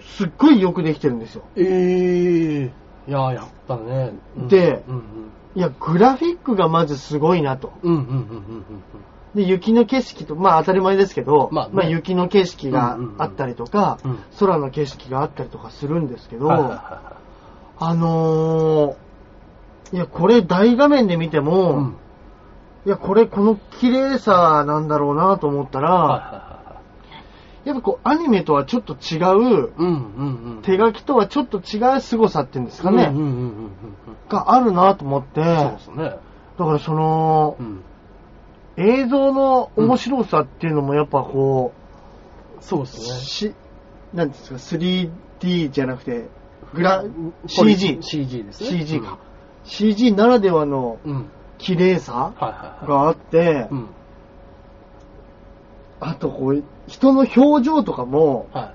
すっごいよくできてるんですよ。えー。いやーやったね。うんでうんうん。いや、グラフィックがまずすごいなと。うんうんうんうんうんで、雪の景色と、まあ当たり前ですけど、まあねまあ雪の景色があったりとか、うんうんうんうん空の景色があったりとかするんですけうん。ど、はいはいはあのーいや、これ大画面で見ていも、はいうんいや、これこの綺麗さなんだろうなと思ったら、はいはいはいはいやっぱこうアニメとはちょっと違う、うんうんうん。手書きとはちょっと違う凄さっていうんですかね、うんうんうんうんうんうん。があるなと思っそて、うだですね。からそのう、ん。映像の面白さっていうのもやっぱこそうでう、すね。し、なんですか、3D じゃなくて、グラ、これ CG、 CG ですね。 CG か。CG ならではのうん。うん。綺麗さはいはいはがあってい。う、ん。あとこう、人の表情とかも、は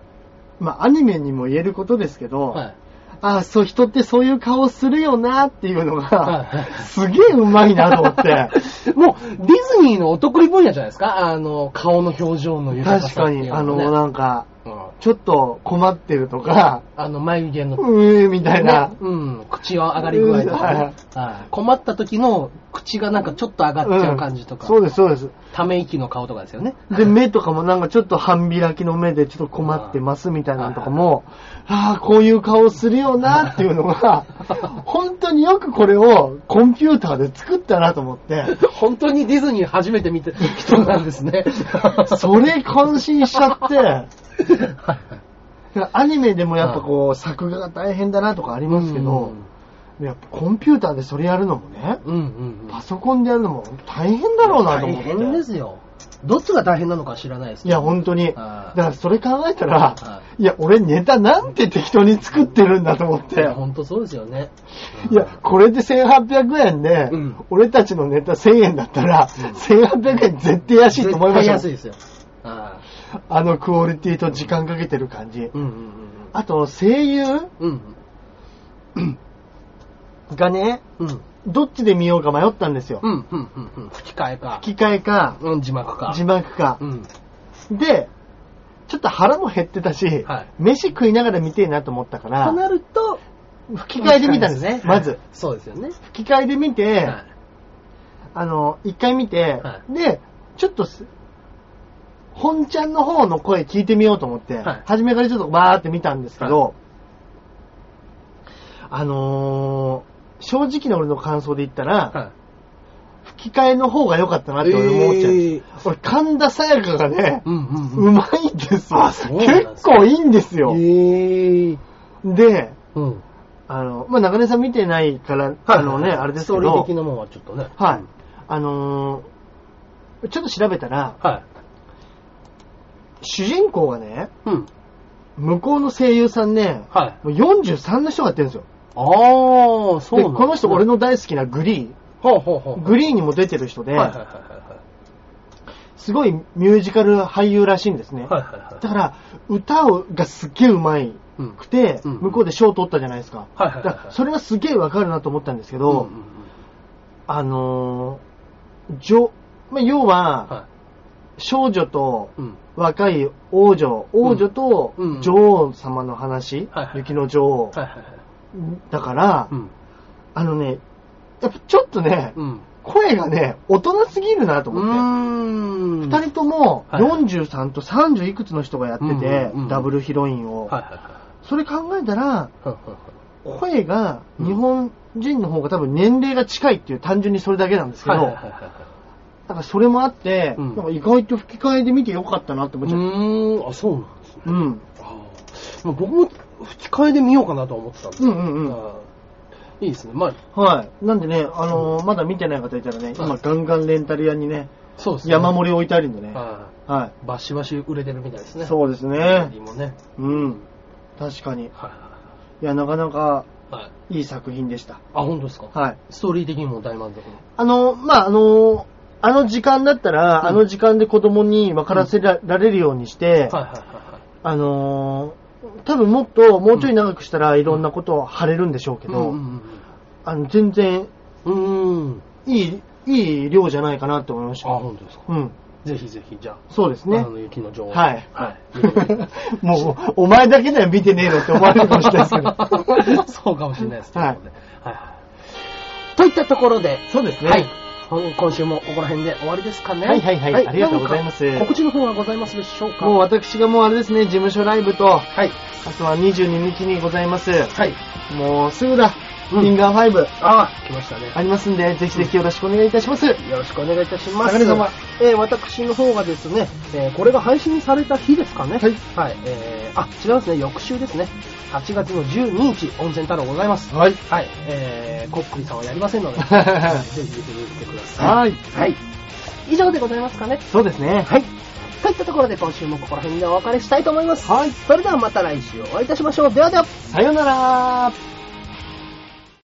まあアニメにも言えることですけい。ど、はい。ああ、そう、人ってそういう顔するよなっていうのがは、い すげえうまいなと思って。 もう、ディズ ニーのお得意分野じゃないですかあの、顔の表情の豊か確さっかていうに、のはあねの、なんか、うんちょっと困ってるとか、あの、眉毛の、うーみたいなね、うん、口が上がり具合とかね、はい困った時の口がなんかちょっと上がっちゃう感じとか、そうです、そうです。ため息の顔とかですよね。で、目とかもなんかちょっと半開きの目でちょっと困ってますみたいなのとかも、ああ、こういう顔するよなっていうのが、 本当によくこれをコンピューターで作ったなと思って、 本当にディズニー初めて見た人なんですね。 そ れ感心しちゃって、アニメでもやっぱこう、作画が大変だなとかありますけど、やっぱコンピューターでそれやるのもね、うん、うんうんうんパソコンでやるのも大変だろうなと大思って。変ですよ。どっちが大変なのか知らないですいけど。や、本当に。だあかーらそれ考えたらあ、いや、俺ネタなんて適当に作ってるんだと思って。いや本当そうですよね。いや、これで1800円でうん、俺たちのネタ1000円だったら、1800円絶対安いと思いま絶対し安たいよ。ですよ。ああのクオリティと時間かけてる感じー。うんうんあと、声優うんうん。がね、うんうん。どっちで見ようか迷ったんですよ。うんうんうんうん。吹き替えか。吹き替えか、うん、字幕か。字幕かう。ん。で、ちょっと腹も減ってたしはい、飯食いながら見てえなと思ったかとら、なると、吹き替えで見たんですね、まず。。そうですよね。吹き替えで見て、はいあの、一回見て、はで、ちょっとす、本ちゃんの方の声聞いてみようと思って、はい初めからちょっとバーって見たんですけど、あのー正直な俺の感想で言ったら、は吹き替えの方が良かったなって俺も思っちゃう。えー俺、神田沙也加がねい。、うんうんうん。うまいんですよ。あそうなんですか結構いいんですよ。えーで、うん。あの、まあ、中根さん見てないから、あのね、あれですけストーリーど的、なもんはちょっとね。はい。あのーちょっと調べたら、はい。主人公がね、うん。向こうの声優さんね、はい。もう43の人がやってるんですよ。ああ、そうで、なんこの人、俺の。の大好きなグリほうほうほー、う。グリーにも出てる人で、はいはいはいはすごいミュージカル俳優らしいんですい。ね。はいはいはいだ。から、歌をがすっげえうまいうんくて、うん向こうで賞を取ったじゃないですか。はいはいはいはいだからそれはすげえわかるなと思ったんですけど、うんうんあのー、じょまあ、要は、うんは少女とい。うん。若い王女、王女とうんうん女王様の話、はいはい雪の女王。はいはいはい。だから、うん。あのね、やっぱちょっとね、うん。声がね、大人すぎるなとう思って。ーん。二人ともはい43と30いくつの人がやっててうんうんうん、ダブルヒロインを。はいはいはそれ考えたら、いはいはいはい。声が日本人の方が多分年齢が近いっていう単純にそれだけなんですけど、はいはいだはいはいからそれもあって、うんなんか意外と吹き替えで見てよかったなって思っちゃっうーん、あ、そうなんですね。た。うん。まあ、僕も吹き替えで見ようかなとは思ってたんですうんうんうんあーいいですね。まあ、はい。なんでね、あのーまだ見てない方いたらね、今ガンガンレンタル屋にね、そうですね。山盛り置いてあるんでね。あはーバシバシ売れてるみたいですい。ね。う。そうですね。もね。うん。確かに。いはいや、なかなかはいはい。はいいい作品でした。あ、本当ですかはい。ストーリー的にも大満足の。あの、まあ、あの、あの時間だったら、うんあの時間で子供に分からせら,、れるようにして、はいはいはいはい。あのー、多分もっと、もうちょい長くしたらいろんなことを晴れるんでしょうけど、うんあの、全然うんうん。うーん。いい、いい量じゃないかなって思いましあ、た。本当ですか。うん。ぜひぜひ、じゃそうですあ、ねあ。の、雪の女王。はいはい。 もう、お前だけでは見てねえのって思われるかもしれないですけど。 そうかもしれないですね。はいとうことではいはいといったところで、そうですね。はい。ほん今週もここら辺で終わりですかね。はいはいはいありがとうございますなんか告知の方はございますでしょうか もう私がもうあれですね、事務所ライブと、はい。あとは22日にございます。はい。もうすぐだ、うんリンガー5ああ、来ましたね。ありますんで、ぜひぜひよろしくお願いいたします。よろしくお願いいたします。中根様えー私の方がですね、えーこれが配信された日ですかね。はいえーあ、違いますね。翌週ですね。8月の12日、温泉太郎ございます。はい。はい。えー、コックリさんはやりません ので、ぜひぜひ見てくださ。はいい。はい。以上でございますかね。そうですね。はい。といったところで今週もここら辺でお別れしたいと思います。はい。それではまた来週お会いいたしましょう。ではでは。さようなら。